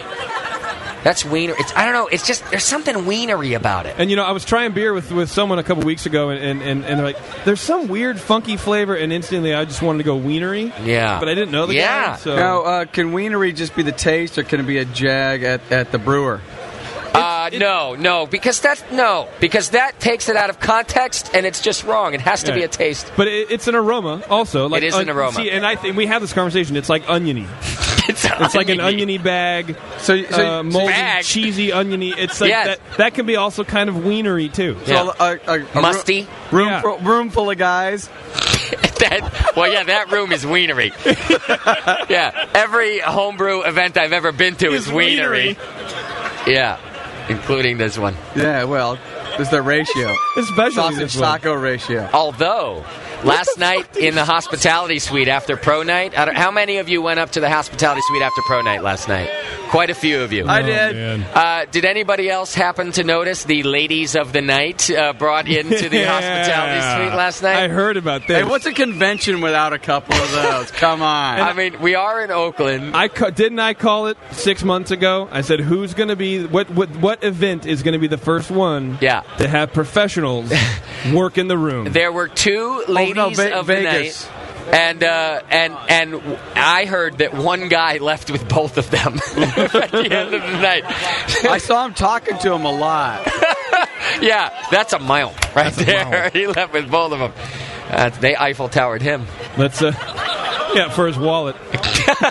F: That's wiener. It's I don't know. It's just there's something wienery about it.
H: And you know, I was trying beer with, with someone a couple weeks ago, and, and, and, and they're like, "There's some weird funky flavor," and instantly I just wanted to go wienery.
F: Yeah.
H: but I didn't know the guy. So
T: Now, uh, can wienery just be the taste, or can it be a jag at, at the brewer?
F: Uh, no, no, because that's no, because that takes it out of context and it's just wrong. It has to
H: Yeah.
F: be a taste.
H: But it, it's an aroma also. Like
F: It is an aroma.
H: See, and I think we have this conversation. It's like oniony.
F: it's
H: like an oniony bag.
T: So,
H: so uh, moldy,
T: Bag.
H: cheesy oniony. It's like
T: Yes.
H: that. That can be also kind of wienery too.
T: So a, a, a roo- room fu- room full of guys.
F: that well, yeah, that room is wienery. yeah, every homebrew event I've ever been to is wienery. Yeah, including this one.
T: Yeah, well, there's the ratio.
H: Especially
T: sausage
F: this one.
T: taco ratio.
F: Although last night in the hospitality suite after pro night, I don't, how many of you went up to the hospitality suite after pro night last night? Quite a few of you.
T: I
H: Oh,
T: did.
F: Uh, did anybody else happen to notice the ladies of the night uh, brought into the hospitality suite last night?
T: I
H: heard about
T: Hey, what's a convention without a couple of those? Come on.
F: I mean, we are in Oakland.
H: I ca- didn't I call it six months ago. I said who's going to be what, what what event is going to be the first one?
F: Yeah.
H: to have professionals work in the room.
F: There were two ladies
H: Oh, Ve-
F: of the
H: Vegas.
F: night. And uh, and and w- I heard that one guy left with both of them at the end of the night.
T: I saw him talking to him a lot.
F: yeah, that's a mile right there. he left with both of them. Uh, they Eiffel Towered him.
H: Let's uh, yeah for his wallet.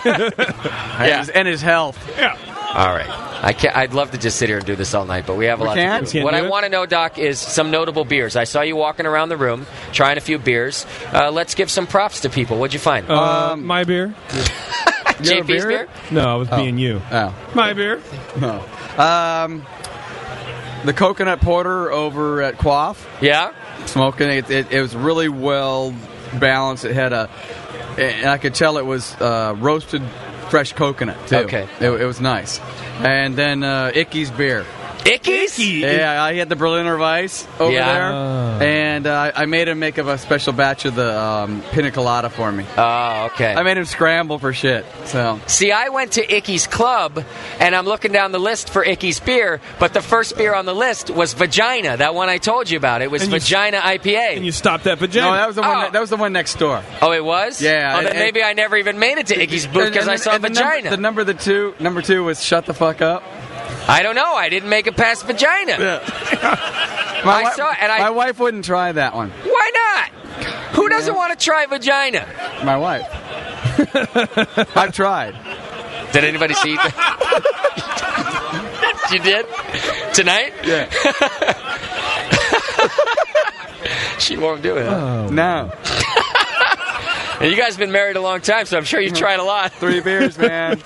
F: Yeah.
T: his- and his health.
H: Yeah.
F: All right. I can't, I'd love to just sit here and do this all night, but we have a
T: We
F: lot
T: can't?
F: to
T: We
F: do.
T: can't
F: What
T: do
F: I
T: it?
F: want to know, Doc, is some notable beers. I saw you walking around the room trying a few beers. Uh, let's give some props to people. What'd you find?
H: Uh, my beer.
F: JP's beer?
H: No, I was being you.
T: Oh.
H: My beer.
F: Oh.
T: No. Um, the coconut porter over at Quaff.
F: Yeah.
T: Smoking it, it, it was really well balanced. It had a, and I could tell it was uh, roasted fresh coconut too.
F: Okay.
T: It, it was nice. And then uh, Icky's beer.
F: Icky's?
T: Yeah, I had the Berliner Weiss over
F: Yeah.
T: there,
H: Ah.
T: and uh, I made him make up a special batch of the um, pina colada for me.
F: Oh, okay.
T: I made him scramble for shit. So
F: See, I went to Icky's Club, and I'm looking down the list for Icky's beer, but the first beer on the list was Vagina, that one I told you about. It was
T: And you-
F: Vagina IPA.
H: And you stopped that
T: No,
H: vagina.
T: that was the one. That was the one next door.
F: Oh, it was?
T: Yeah,
F: Oh,
T: and-
F: then
T: and-
F: maybe I never even made it to Icky's booth
T: And-
F: because
T: and
F: I
T: the-
F: saw
T: and the number-
F: Vagina.
T: The number, the two, number two was shut the fuck up.
F: I don't know. I didn't make it past Vagina. I
T: wi-
F: saw it, and I-
T: my wife wouldn't try that one.
F: Why not? Who doesn't want to try Vagina?
T: My wife. I've tried.
F: Did anybody see that? you did? Tonight?
T: Yeah.
F: she won't do it.
H: Oh,
F: huh?
T: No.
F: And you guys have been married a long time, so I'm sure you've tried a lot.
T: Mm-hmm. Three beers, man.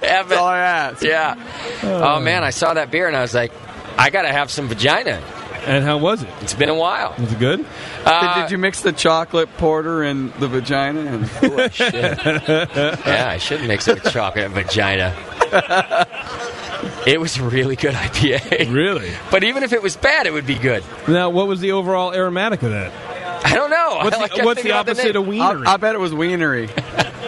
F: That's
T: all I ask.
F: Yeah. Oh. man, I saw that beer and I was like, I gotta have some vagina.
H: And how was it?
F: It's been a while.
H: Was it good?
F: Uh,
T: did, did you mix the chocolate porter and the vagina? And
F: Oh, yeah, I should mix it with chocolate vagina. It was a really good IPA.
H: Really?
F: But even if it was bad, it would be good.
H: Now, what was the overall aromatic of that?
F: I don't know.
H: What's
F: I
H: the-
F: kept
H: what's the
F: thinking about
H: opposite
F: name.
H: of wienery?
T: I bet it was wienery.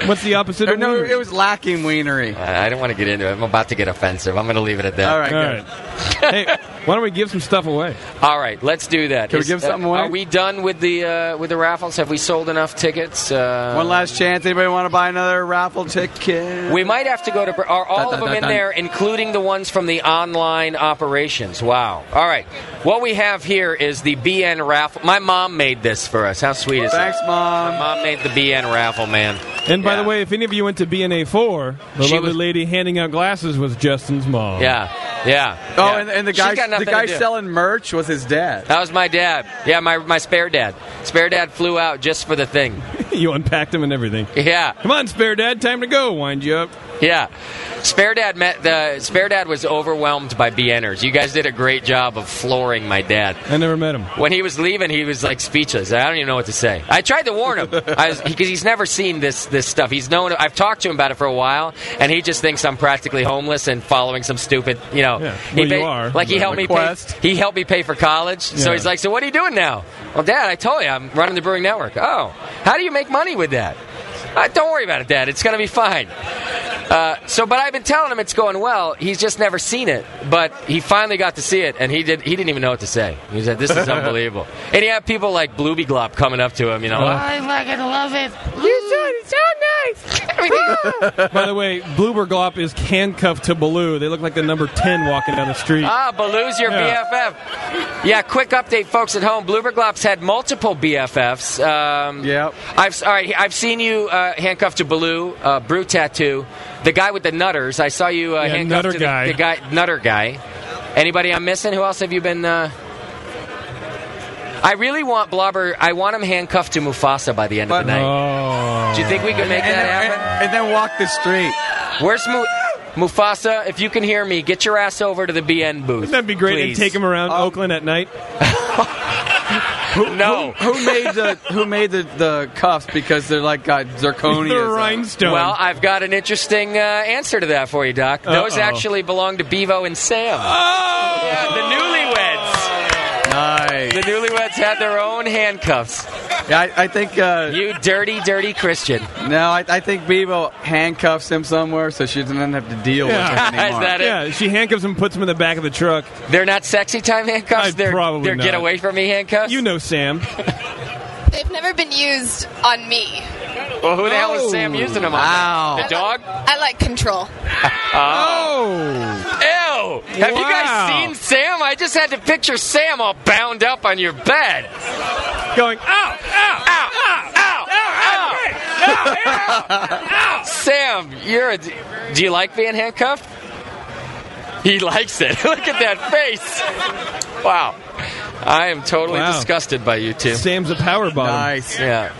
H: What's the opposite
T: of no, it was lacking wienery.
F: I I don't want to get into it. I'm about to get offensive. I'm going to leave it at that.
T: All right,
H: All right. hey, why don't we give some stuff away?
F: All right, let's do that.
T: Can we give something away?
F: uh, Are we done with the uh, with the raffles? Have we sold enough tickets? Uh,
T: One last chance. Anybody want to buy another raffle ticket?
F: We might have to go to. Are all
T: Dun,
F: of
T: dun,
F: them in
T: dun,
F: there, including the ones from the online operations? Wow. All right. What we have here is the BN raffle. My mom made this for us. How sweet is
T: Thanks,
F: that?
T: mom.
F: My mom made the BN raffle, man.
H: And by the way, if any of you went to BNA four, the
F: She
H: lovely
F: was-
H: lady handing out glasses was Justin's mom.
F: Yeah. Yeah.
T: Oh,
F: yeah.
T: and, and the
F: She's
T: guy,
F: got
T: the
F: nothing to
T: guy
F: do.
T: selling merch was his dad.
F: That was my dad. Yeah, my my spare dad. Spare dad flew out just for the thing.
H: you unpacked him and everything.
F: Yeah.
H: Come on, spare dad, time to go. Wind you up.
F: Yeah, spare dad met the spare dad was overwhelmed by BNers. You guys did a great job of flooring my dad.
H: I never met him.
F: When he was leaving, he was like speechless. I don't even know what to say. I tried to warn him because he's never seen this this stuff. He's known. I've talked to him about it for a while, and he just thinks I'm practically homeless and following some stupid. You know,
H: Yeah.
F: he
H: Well, you are.
F: Like he
H: Right.
F: helped
H: Request.
F: me. Pay, he helped me pay for college. So
H: Yeah.
F: he's like, "So what are you doing now?" Well, Dad, I told you I'm running the Brewing Network. Oh, how do you make money with that? Uh, don't worry about it, Dad. It's going to be fine. Uh, so, but I've been telling him it's going well. He's just never seen it. But he finally got to see it, and he did. He didn't even know what to say. He said, "This is unbelievable." and he had people like Blooby Glop coming up to him. You know,
L: Uh-huh.
A: I fucking love it. You sound so nice.
H: By the way, Bloober Glop is handcuffed to Baloo. They look like the number 10 walking down the street.
F: Ah, Baloo's your BFF. Yeah, quick update, folks at home. Bloober Glop's had multiple BFFs. Um,
T: yep.
F: I've, all right, I've seen you uh, handcuffed to Baloo, uh, Brew Tattoo, the guy with the nutters. I saw you uh,
H: Yeah,
F: handcuffed
H: nutter
F: to the-
H: guy.
F: The, guy. Nutter guy. Anybody I'm missing? Who else have you been... Uh, I really want Blobber. I want him handcuffed to Mufasa by the end of the night.
H: Oh.
F: Do you think we could make
T: And-
F: that happen? And, then walk the street. Where's Mu- Mufasa? If you can hear me, get your ass over to the BN booth.
H: That'd be great. And
F: please.
H: take him around Oakland at night.
F: no.
T: Who, who made the Who made the, the cuffs? Because they're like got zirconia.
F: Well, I've got an interesting uh, answer to that for you, Doc. Those
T: Uh-oh.
F: actually belong to Bevo and Sam. Yeah, the newlyweds. Nice. The newlyweds had their own handcuffs.
T: Yeah, I, I think uh,
F: you dirty, dirty Christian.
T: No, I, I think Bevo handcuffs him somewhere, so she doesn't have to deal with him anymore.
H: yeah, she handcuffs him, puts him in the back of the truck.
F: They're not sexy time handcuffs.
H: they're probably
F: they're
H: not.
F: get away from me handcuffs.
H: You know, Sam.
U: They've never been used on me.
F: Well, who the hell
H: Oh.
F: is Sam using them on?
T: Wow.
F: The dog?
U: I like control.
F: Oh. Ew. Have you
U: Wow.
F: guys seen Sam? I just had to picture Sam all bound up on your bed.
H: Going, ow, ow,
F: ow, ow, ow, ow, ow, ow. Sam, you're a. Do you like being handcuffed? He likes it. Look at that face. Wow. I am totally
H: Wow.
F: disgusted by you two.
H: Sam's a power bomb.
F: Nice. Yeah.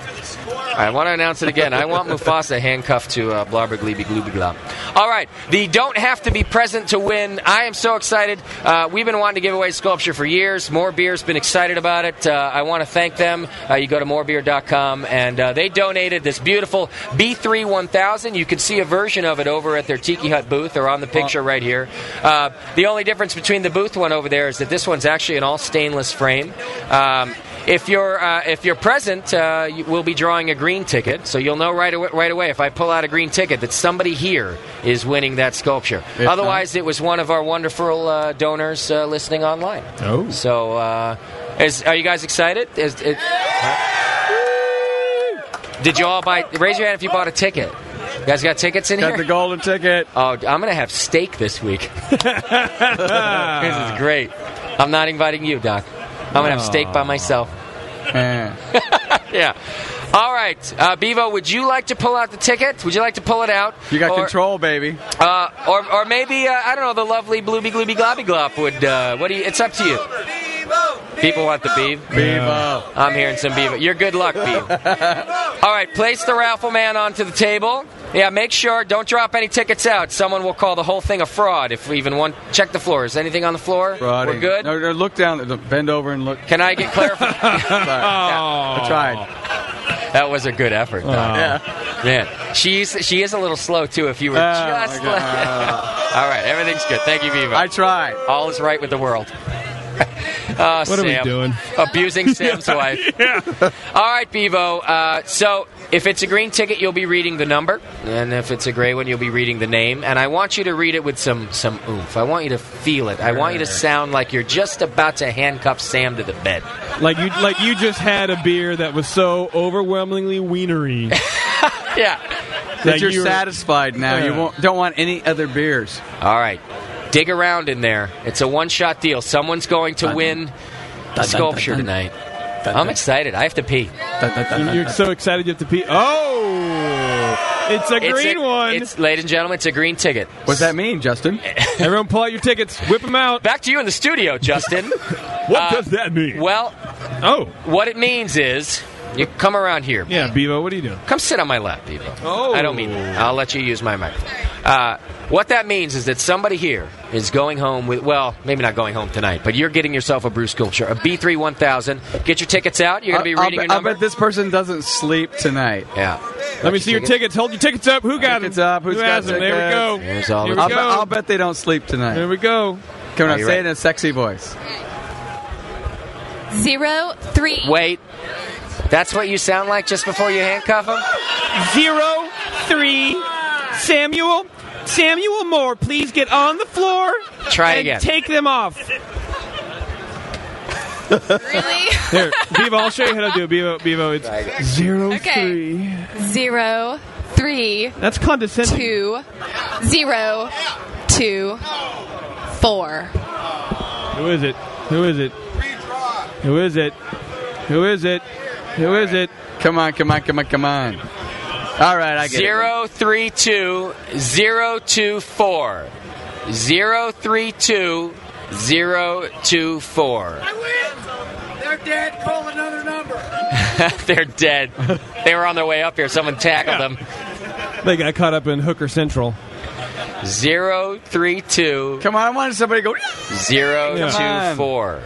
F: I want to announce it again. I want Mufasa handcuffed to uh, Blobber Gleeby Glooby Glob. All right. The don't have to be present to win. I am so excited. Uh, we've been wanting to give away sculpture for years. More Beer's been excited about it. Uh, I want to thank them. Uh, you go to morebeer.com, and uh, they donated this beautiful B3 1000. You can see a version of it over at their Tiki Hut booth or on the picture right here. Uh, the only difference between the booth one over there is that this one's actually an all stainless frame. Um, if you're uh, if you're present, uh, you, we'll be drawing a green ticket, so you'll know right away, right away if I pull out a green ticket that somebody here is winning that sculpture.
V: If
I: uh,
F: Otherwise, it was one of our wonderful uh, donors uh, listening online.
V: Oh.
F: so uh, is, are you guys excited? Is, is- did you all buy? Raise your hand if you bought a ticket. You guys got tickets in
T: Got
F: here?
T: the golden ticket.
F: Oh, I'm gonna have steak this week. this is great. I'm not inviting you, Doc. I'm gonna have steak by
T: Aw.
F: myself.
T: Eh.
F: yeah. All right, uh, Bevo. Would you like to pull out the ticket? Would you like to pull it out?
T: You got
F: Or-
T: control, baby.
F: Uh, or, or maybe uh, I don't know. The lovely Blooby Glooby Globby Glop would. Uh, what do you? It's up to you. People want the Beav.
T: Bevo.
F: I'm hearing some Bevo. You're good luck, Bevo. All right, place the raffle man onto the table. Yeah, make sure don't drop any tickets out. Someone will call the whole thing a fraud if we even one. Check the floor. Is anything on the floor?
T: Friday.
F: We're good.
T: No, no, look down. Look, Bend over and look.
F: Can I get clarification?
T: I tried.
F: That was a good effort. Though.
T: Oh. Yeah.
F: Man, she's she is a little slow too. If you were
T: Oh,
F: just
T: my
F: like,
T: God.
F: all right, everything's good. Thank you, Viva.
T: I tried.
F: All is right with the world. Uh,
H: What are we
F: Sam.
H: doing?
F: Abusing Sam's wife. All right, Bevo. Uh, so, if it's a green ticket, you'll be reading the number, and if it's a gray one, you'll be reading the name. And I want you to read it with some some oomph. I want you to feel it. I want you to sound like you're just about to handcuff Sam to the bed.
H: Like you, like you just had a beer that was so overwhelmingly wienery.
F: yeah.
T: That you're satisfied now. You won't, don't want any other beers.
F: All right. Dig around in there. It's a one shot deal. Someone's going to win the
T: dun,
F: sculpture
T: dun,
F: tonight. I'm excited. I have to pee.
H: You're- You're so excited you have to pee. Oh, it's a
F: It's
H: green one.
F: It's, ladies and gentlemen, it's a green ticket.
T: What's that mean, Justin?
H: Everyone, pull out your tickets. Whip them out.
F: Back to you in the studio, Justin. Uh,
H: what does that mean?
F: Well,
H: oh,
F: what it means is you come around here.
H: Yeah, Bevo, what are you doing?
F: Come sit on my lap, Bevo.
H: Oh.
F: I don't mean that. I'll let you use my microphone. Uh, what that means is that somebody here is going home with, well, maybe not going home tonight, but you're getting yourself a Brew Sculpture, a B3 1000. Get your tickets out. You're going to be
U: Uh,
T: I'll- I'll
F: reading
T: bet-
F: your number.
T: I bet this person doesn't sleep tonight.
F: Yeah.
T: Let
H: me see your tickets. Hold your tickets up. Who got
T: tickets up? Who's
H: Who
T: got
H: has them? There we
T: tickets?
H: go. Here's all Here the- we
T: I'll,
H: go.
T: bet- I'll bet they don't sleep tonight. Here
H: we go.
T: Come
F: Are
T: on,
F: you
T: say
F: ready?
T: it in a sexy voice.
U: uh, Zero three.
F: Wait. That's what you sound like just before you handcuff him?
H: Zero, three,
G: Samuel, Samuel Moore, please get on the floor.
F: Try
G: and
F: again.
G: Take them off.
U: really?
H: Here, Bevo, I'll show you how to do it. Bevo, Bevo it's zero
U: Okay. Zero, three,
H: That's condescending.
U: two, zero, two, four.
H: Who is it? Who is it? Who is it? Who is it? Who is it?
T: Come on, come on, come on, come on. All right, I get it.
F: Zero three two zero two four. Zero three two zero two four.
D: They're dead. Call another number.
F: They're dead. They were on their way up here. Someone tackled them.
H: They got caught up in Hooker Central.
F: Zero three two.
T: Come on, I wanted somebody to go.
F: Zero
H: Yeah. Come on.
F: two four.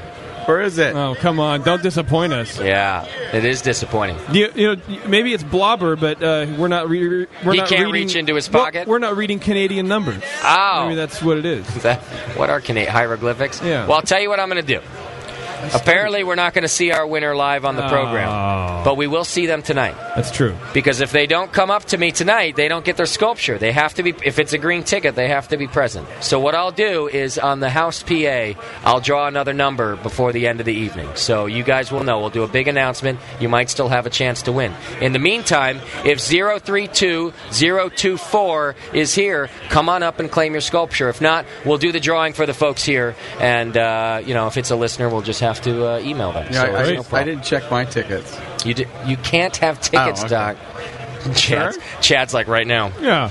T: Where is it?
H: Oh, come on. Don't disappoint us.
F: Yeah, it is disappointing.
H: You, you know, maybe it's Blobber, but uh, we're not. Re- re- we're
F: He
H: not
F: can't
H: reading,
F: reach into his
H: Well,
F: pocket?
H: we're not reading Canadian numbers.
F: Oh.
H: Maybe that's what it is.
F: what are Canadian hieroglyphics? Yeah. Well, I'll tell you what I'm going to do. Apparently, we're not going to see our winner live on
H: Oh.
F: the program, but we will see them tonight.
H: That's true.
F: Because if they don't come up to me tonight, they don't get their sculpture. They have to be, if it's a green ticket, they have to be present. So what I'll do is on the house PA, I'll draw another number before the end of the evening. So you guys will know. We'll do a big announcement. You might still have a chance to win. In the meantime, if 032024 is here, come on up and claim your sculpture. If not, we'll do the drawing for the folks here. And, uh, you know, if it's a listener, we'll just have to uh, email them.
T: Yeah, I,
F: So it's
T: I-
F: no
T: I
F: problem.
T: didn't check my tickets. Oh,
F: You d- you can't have tickets,
T: okay.
F: Doc. Chad's, Chad's like right now.
H: Yeah.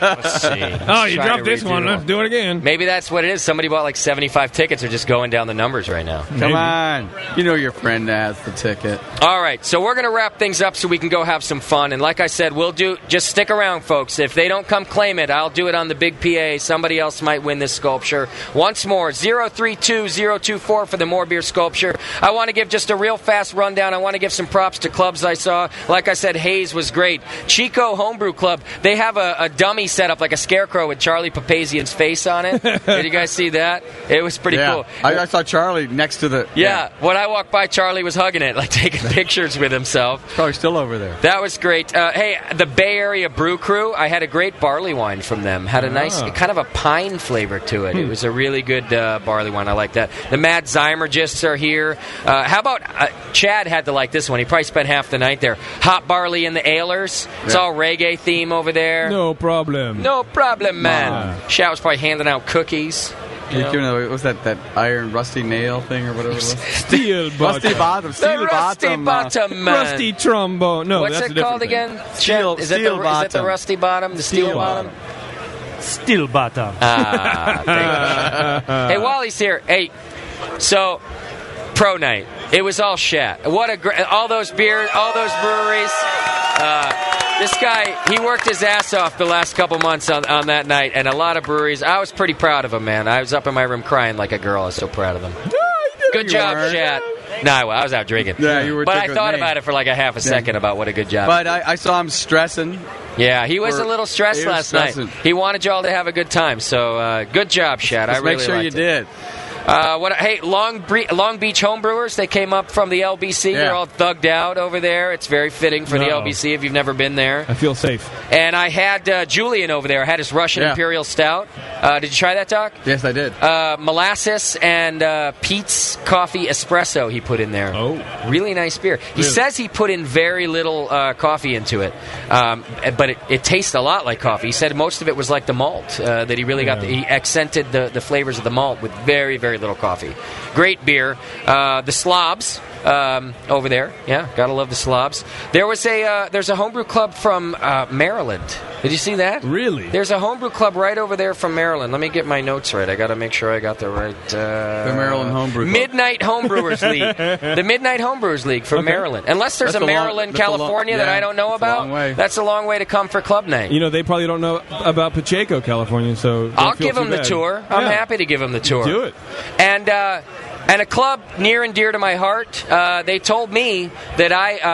F: Let's see.
H: Oh, you
F: Try
H: dropped
F: to
H: this
F: redo
H: one. Let's do it again.
F: Maybe that's what it is. Somebody bought like 75 tickets. They're just going down the numbers right now.
T: Come on. You know your friend has the ticket.
F: All right, so we're going to wrap things up so we can go have some fun. And like I said, we'll do, just stick around, folks. If they don't come claim it, I'll do it on the big PA. Somebody else might win this sculpture. Once more, 032024 for the More Beer sculpture. I want to give just a real fast rundown. I want to give some props to clubs I saw. Like I said, Hayes was great. Chico Homebrew Club, they have a, a dummy set up, like a scarecrow with Charlie Papazian's face on it. Did you guys see that? It was pretty
T: Yeah.
F: cool.
T: I, I saw Charlie next to the.
F: Yeah, when I walked by, Charlie was hugging it, like taking pictures with himself.
T: Probably still over there.
F: That was great. Uh, hey, the Bay Area Brew Crew, I had a great barley wine from them. Had a nice,
T: Ah.
F: kind of a pine flavor to it. It
T: Hmm.
F: was a really good uh, barley wine. I like that. The Mad Zymergists are here. Uh, how about uh, Chad had to like this one? He probably spent half the night there. Hot Barley and the Ailers. It's
H: Yeah.
F: all reggae theme over there.
H: No problem.
F: No problem, man. Chad was probably handing out cookies. you
T: You
F: know?
T: know, what was that that iron rusty nail thing or whatever it was?
H: Steel
T: Rusty bottom. Steel
F: The rusty
T: bottom. uh,
F: bottom, man.
H: Rusty trombone. No,
F: What's
H: that's a
F: it
H: different
F: called
H: thing.
F: again?
T: Steel-
F: Chad, is, that
T: steel
F: the, is that the
T: bottom.
F: rusty bottom? The steel,
T: Steel
F: bottom?
G: Still bottom.
F: Ah, hey, Wally's here. Hey, so pro night. It was all shat. What a great! All those beers, all those breweries. Uh, this guy, he worked his ass off the last couple months on, on that night, and a lot of breweries. I was pretty proud of him, man. I was up in my room crying like a girl. I was so proud of him. Good job, Shat. No, I wa- I was out drinking.
T: Yeah, you were
F: But I
T: drinking with
F: thought
T: me.
F: about it for like a half a
T: Yeah.
F: second about what a good job.
T: But I, I saw him stressing.
F: yeah, he was
T: Or-
F: a little stressed
T: he was
F: last
T: stressing.
F: night. He wanted y'all to have a good time, so uh, good job, Shat. I
T: Just
F: really
T: make sure you
F: liked it.
T: did.
F: Uh, what? Hey, Long, Bre- Long Beach homebrewers. They came up from the LBC. They're
T: Yeah.
F: all thugged out over there. It's very fitting for the
H: No.
F: LBC if you've never been there.
H: I feel safe.
F: And I had uh, Julian over there. I had his Russian
T: Yeah.
F: Imperial Stout. Uh, did you try that, Doc?
T: Yes, I did.
F: Uh, molasses and uh, Pete's coffee espresso he put in there. Oh, really nice beer. He says he put in very little uh, coffee into it, um, but it, it tastes a lot like coffee. He said most of it was like the malt uh, that he really got. The, he accented the, the flavors of the malt with very very little coffee. Great beer. Uh, the slobs. Um, over there, yeah, gotta love the slobs. There was a uh, there's a homebrew club from uh, Maryland. Did you see that?
H: Really?
F: There's a homebrew club right over there from Maryland. Let me get my notes right. I got to make sure I got the right. Uh,
T: The Maryland Homebrew Club.
F: Midnight Homebrewers League. The Midnight Homebrewers League from
H: Okay.
F: Maryland. Unless there's
H: That's
F: a
H: a long-
F: Maryland,
H: that's a long-
F: California that
H: yeah,
F: I don't know about. That's a long way to come for club night.
H: You know, they probably don't know about Pacheco, California, so. don't
F: I'll
H: feel
F: give
H: too
F: him the
H: bad.
F: tour. I'm
H: Yeah.
F: happy to give him the tour.
H: Do it.
F: And uh, and a club near and dear to my heart. Uh, they told me that I uh,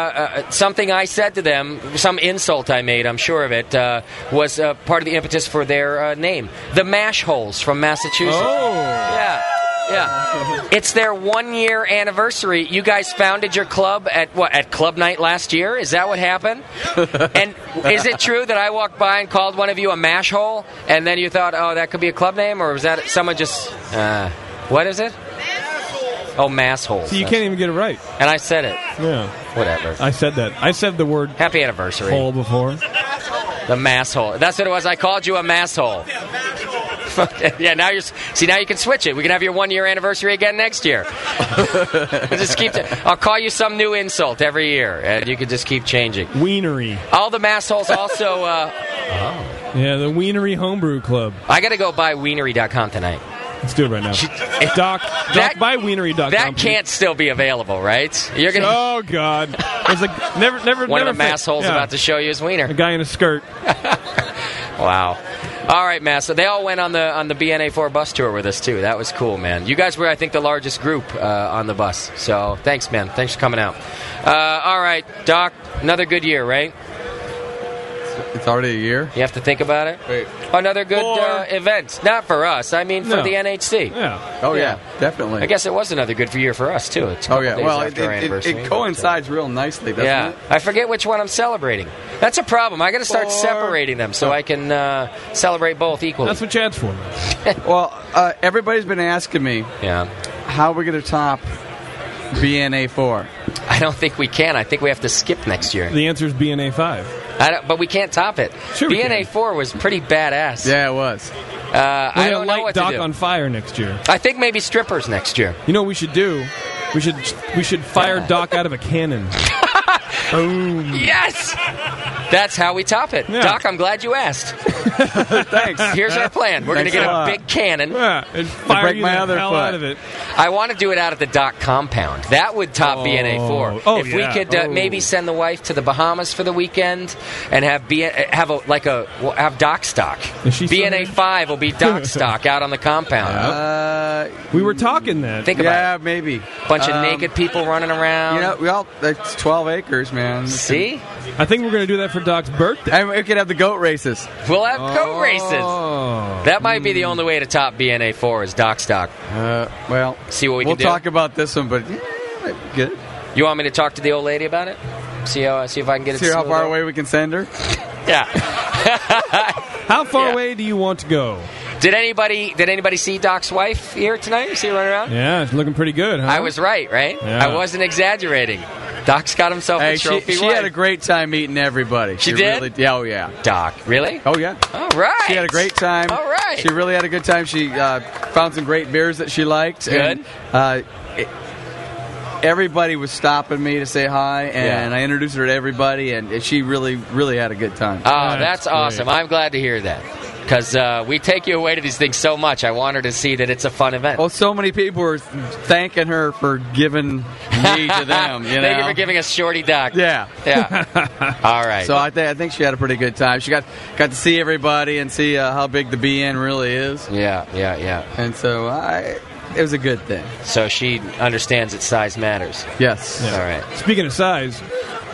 F: uh, something I said to them, some insult I made. I'm sure of it. Uh, was uh, part of the impetus for their uh, name, the Mash Holes from Massachusetts.
H: Oh.
F: Yeah. Yeah. It's their one year anniversary. You guys founded your club at what at club night last year? Is that what happened? and is it true that I walked by and called one of you a mash hole and then you thought, oh, that could be a club name or was that someone just uh, what is it? Oh, mass hole.
H: So you can't even get it right.
F: And I said it.
H: Yeah.
F: Whatever.
H: I said that. I said the word
F: happy anniversary
H: hole before.
F: The mass hole. That's what it was. I called you a mass hole. yeah, now you're. See, now you can switch it. We can have your one year anniversary again next year. just keep. I'll call you some new insult every year, and you can just keep changing.
H: Wienery. Oh.
F: All the mass holes also. Uh,
H: Yeah, the Wienery Homebrew Club.
F: I got to go buy wienery.com tonight.
H: Let's do it right now. Doc,
F: That-
H: Doc, buy Wienery.com.
F: That can't still be available, right? You're gonna.
H: Oh God! It's like never, never.
F: One
H: never
F: of the mass holes
H: yeah.
F: about to show you his wiener. A
H: guy in a skirt.
F: wow. All right, Mass. So they all went on the on the BNA4 bus tour with us too. That was cool, man. You guys were, I think, the largest group uh, on the bus. So thanks, man. Thanks for coming out. Uh, all right, Doc. Another good year, right?
T: It's already a year.
F: You have to think about it. Another good uh, event. Not for us. I mean, for
T: No.
F: the NHC.
H: Yeah.
T: Oh yeah, definitely.
F: I guess it was another good year for us too. It's a
T: oh
F: couple
T: yeah.
F: days
T: Well, it,
F: after our
T: it- it-
F: anniversary,
T: it
F: but, uh,
T: coincides real nicely, doesn't
F: yeah,
T: it?
F: I forget which one I'm celebrating. That's a problem. I got to start separating them so I can uh, celebrate both equally.
H: That's what Chad's for.
T: well, uh, everybody's been asking me.
F: Yeah.
T: How are we going to top BNA4?
F: I don't think we can. I think we have to skip next year.
H: The answer is BNA five.
F: I don't, but we can't top it.
H: Sure we
F: BNA four was pretty badass.
T: Yeah, it was.
F: Uh, I don't know
H: light
F: what
H: Doc
F: to do.
H: on fire next year.
F: I think maybe strippers next year.
H: You know what we should do? We should we should fire Doc out of a cannon. Boom.
F: Yes, that's how we top it. Doc, I'm glad you asked.
T: Thanks.
F: Here's our plan. We're going to
T: Thanks a
F: get a
T: lot.
F: big cannon.
H: and fire break you my the other hell foot. out of it.
F: I want to do it out at the Doc compound. That would top
H: Oh.
F: BNA4.
H: Oh,
F: if
H: yeah.
F: we could uh,
H: Oh.
F: maybe send the wife to the Bahamas for the weekend and have B- have a like a well, have Doc stock. BNA5 will be Doc stock out on the compound.
T: Uh,
H: we were talking that.
F: Think about
T: yeah,
F: it.
T: maybe.
F: Bunch of
T: Um,
F: naked people running around.
T: You know, we all that's twelve acres, man. We
F: See?
H: I think we're going to do that for Doc's birthday.
T: And we could have the goat races.
F: We'll have
T: oh.
F: goat races. That might be the only way to top BNA4 is Doc stock.
T: Uh, well,
F: see what we
T: will
F: can do.
T: talk about this one, but yeah, good.
F: You want me to talk to the old lady about it? See how see if I can get it.
T: See how
F: smoothed
T: far
F: out?
T: away we can send her.
F: Yeah.
H: How far away do you want to go?
F: Did anybody did anybody see Doc's wife here tonight? See her running around?
H: Yeah, it's looking pretty good. Huh?
F: I was right, right?
H: Yeah.
F: I wasn't exaggerating. Doc's got himself
T: Hey,
F: a
T: she,
F: trophy
T: she
F: wife.
T: had a great time meeting everybody.
F: She did?
T: Really, yeah, oh yeah.
F: Doc, really?
T: Oh yeah.
F: All right.
T: She had a great time.
F: All right.
T: She really had a good time. She uh, found some great beers that she liked. And, uh, it- everybody was stopping me to say hi, and
F: Yeah.
T: I introduced her to everybody, and she really, really had a good time.
F: Oh, that's, awesome. I'm glad to hear that. Because uh, we take you away to these things so much. I want her to see that it's a fun event.
T: Well, so many people were thanking her for giving me to them. You know?
F: Thank you for giving us Shorty Doc.
T: Yeah.
F: Yeah. All right.
T: So I, th- I think she had a pretty good time. She got got to see everybody and see uh, how big the BN really is.
F: Yeah, yeah, yeah.
T: And so I, it was a good thing.
F: So she understands that size matters.
T: Yes.
F: All right.
H: Speaking of size,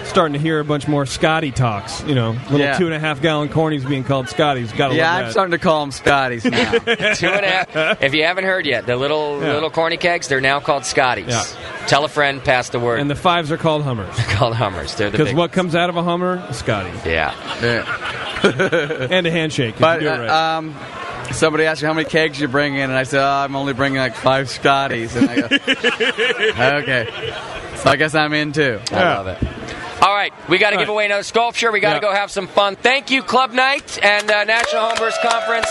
H: starting to hear a bunch more Scotty talks. You know, little
T: Yeah.
H: two and a half gallon cornies being called Scotties. Gotta
T: yeah,
H: love
T: I'm
H: that.
T: starting to call them Scotties now.
F: Two and a half. If you haven't heard yet, the little
H: Yeah.
F: little corny kegs, they're now called Scotties.
H: Yeah.
F: Tell a friend, pass the word.
H: And the fives are called Hummers
F: called Hummers. They're the
H: because
F: big
H: what comes out of a Hummer, is Scotty,
F: Yeah.
H: and a handshake. if
T: But
H: you do it right.
T: uh, um, somebody asked me how many kegs you bring in, and I said, oh, I'm only bringing like five Scotties. And I go, okay. So I guess I'm in too.
F: I love it. All right, we got to give away another sculpture. We got to
T: Yeah.
F: go have some fun. Thank you, Club Night and uh, National Homebrewers Conference.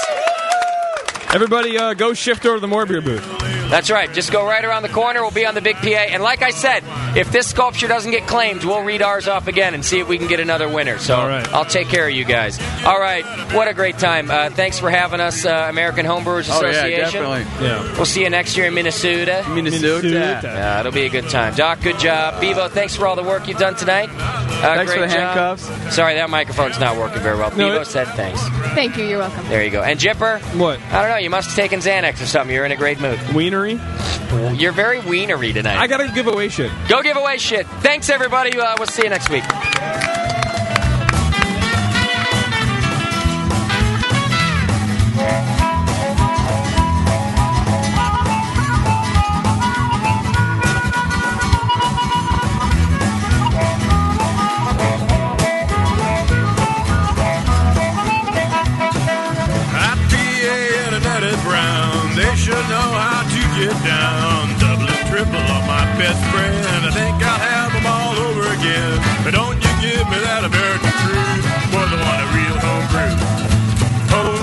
H: Everybody, uh, go shift over to the Morbier booth.
F: That's right. Just go right around the corner. We'll be on the big PA. And like I said, if this sculpture doesn't get claimed, we'll read ours off again and see if we can get another winner. So I'll take care of you guys. All right. What a great time. Uh, thanks for having us, uh, American Homebrewers
T: Oh, yeah,
F: Association.
T: definitely.
H: Yeah.
F: We'll see you next year in Minnesota.
T: Minnesota. Minnesota.
F: Yeah, it'll be a good time. Doc, good job. Bevo, thanks for all the work you've done tonight. Uh,
T: Thanks for
F: great
T: the
F: job.
T: handcuffs.
F: Sorry, that microphone's not working very well.
T: No,
F: Bevo
T: it-
F: said thanks.
L: Thank you. You're welcome.
F: There you go. And Jipper?
H: What?
F: I don't know. You must have taken Xanax or something. You're in a great mood.
H: Wienery?
F: You're very wienery tonight.
H: I gotta give away shit.
F: Go give away shit. Thanks, everybody. Uh, we'll see you next week.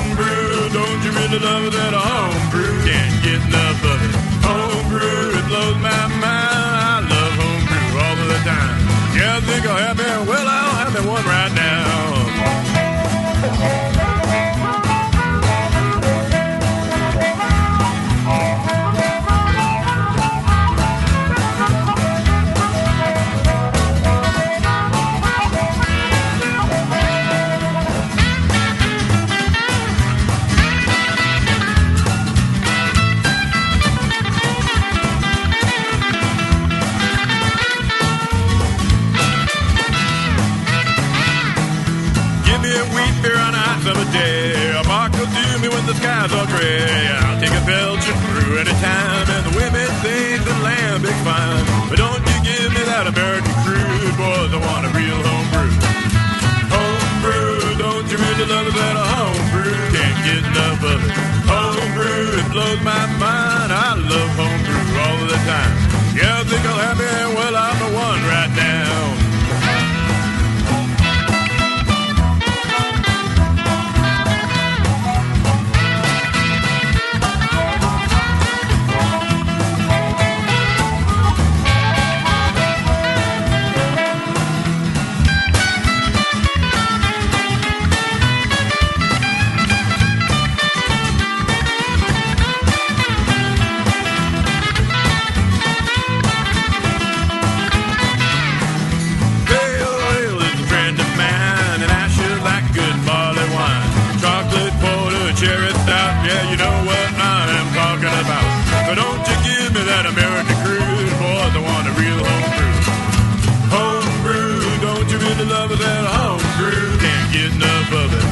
E: the love of that homebrew. Can't get enough of it. Homebrew, it blows my mind. I love homebrew all of the time. Yeah, I think I'll have me. Well, I'll have me one right now. Give me a wheat beer on a hot summer day. A mock'll do me when the sky's all gray. I'll take a Belgian brew any time, and the women think the lambic's fine. But don't you give me that American crude, boys. I want a real home brew. Home brew, don't you really love it better? Home brew, can't get enough of it. Home brew, it blows my mind. I love home brew all the time. Yeah, I think I'll have it. Well, I'm the one right now. Pale ale is a friend of mine, and I sure like good barley wine. Chocolate porter, cherry stout, yeah, you know what I am talking about. But don't you give me that American crude, boys, I want a real home brew. Home brew, don't you really love that home brew? Can't get enough of it.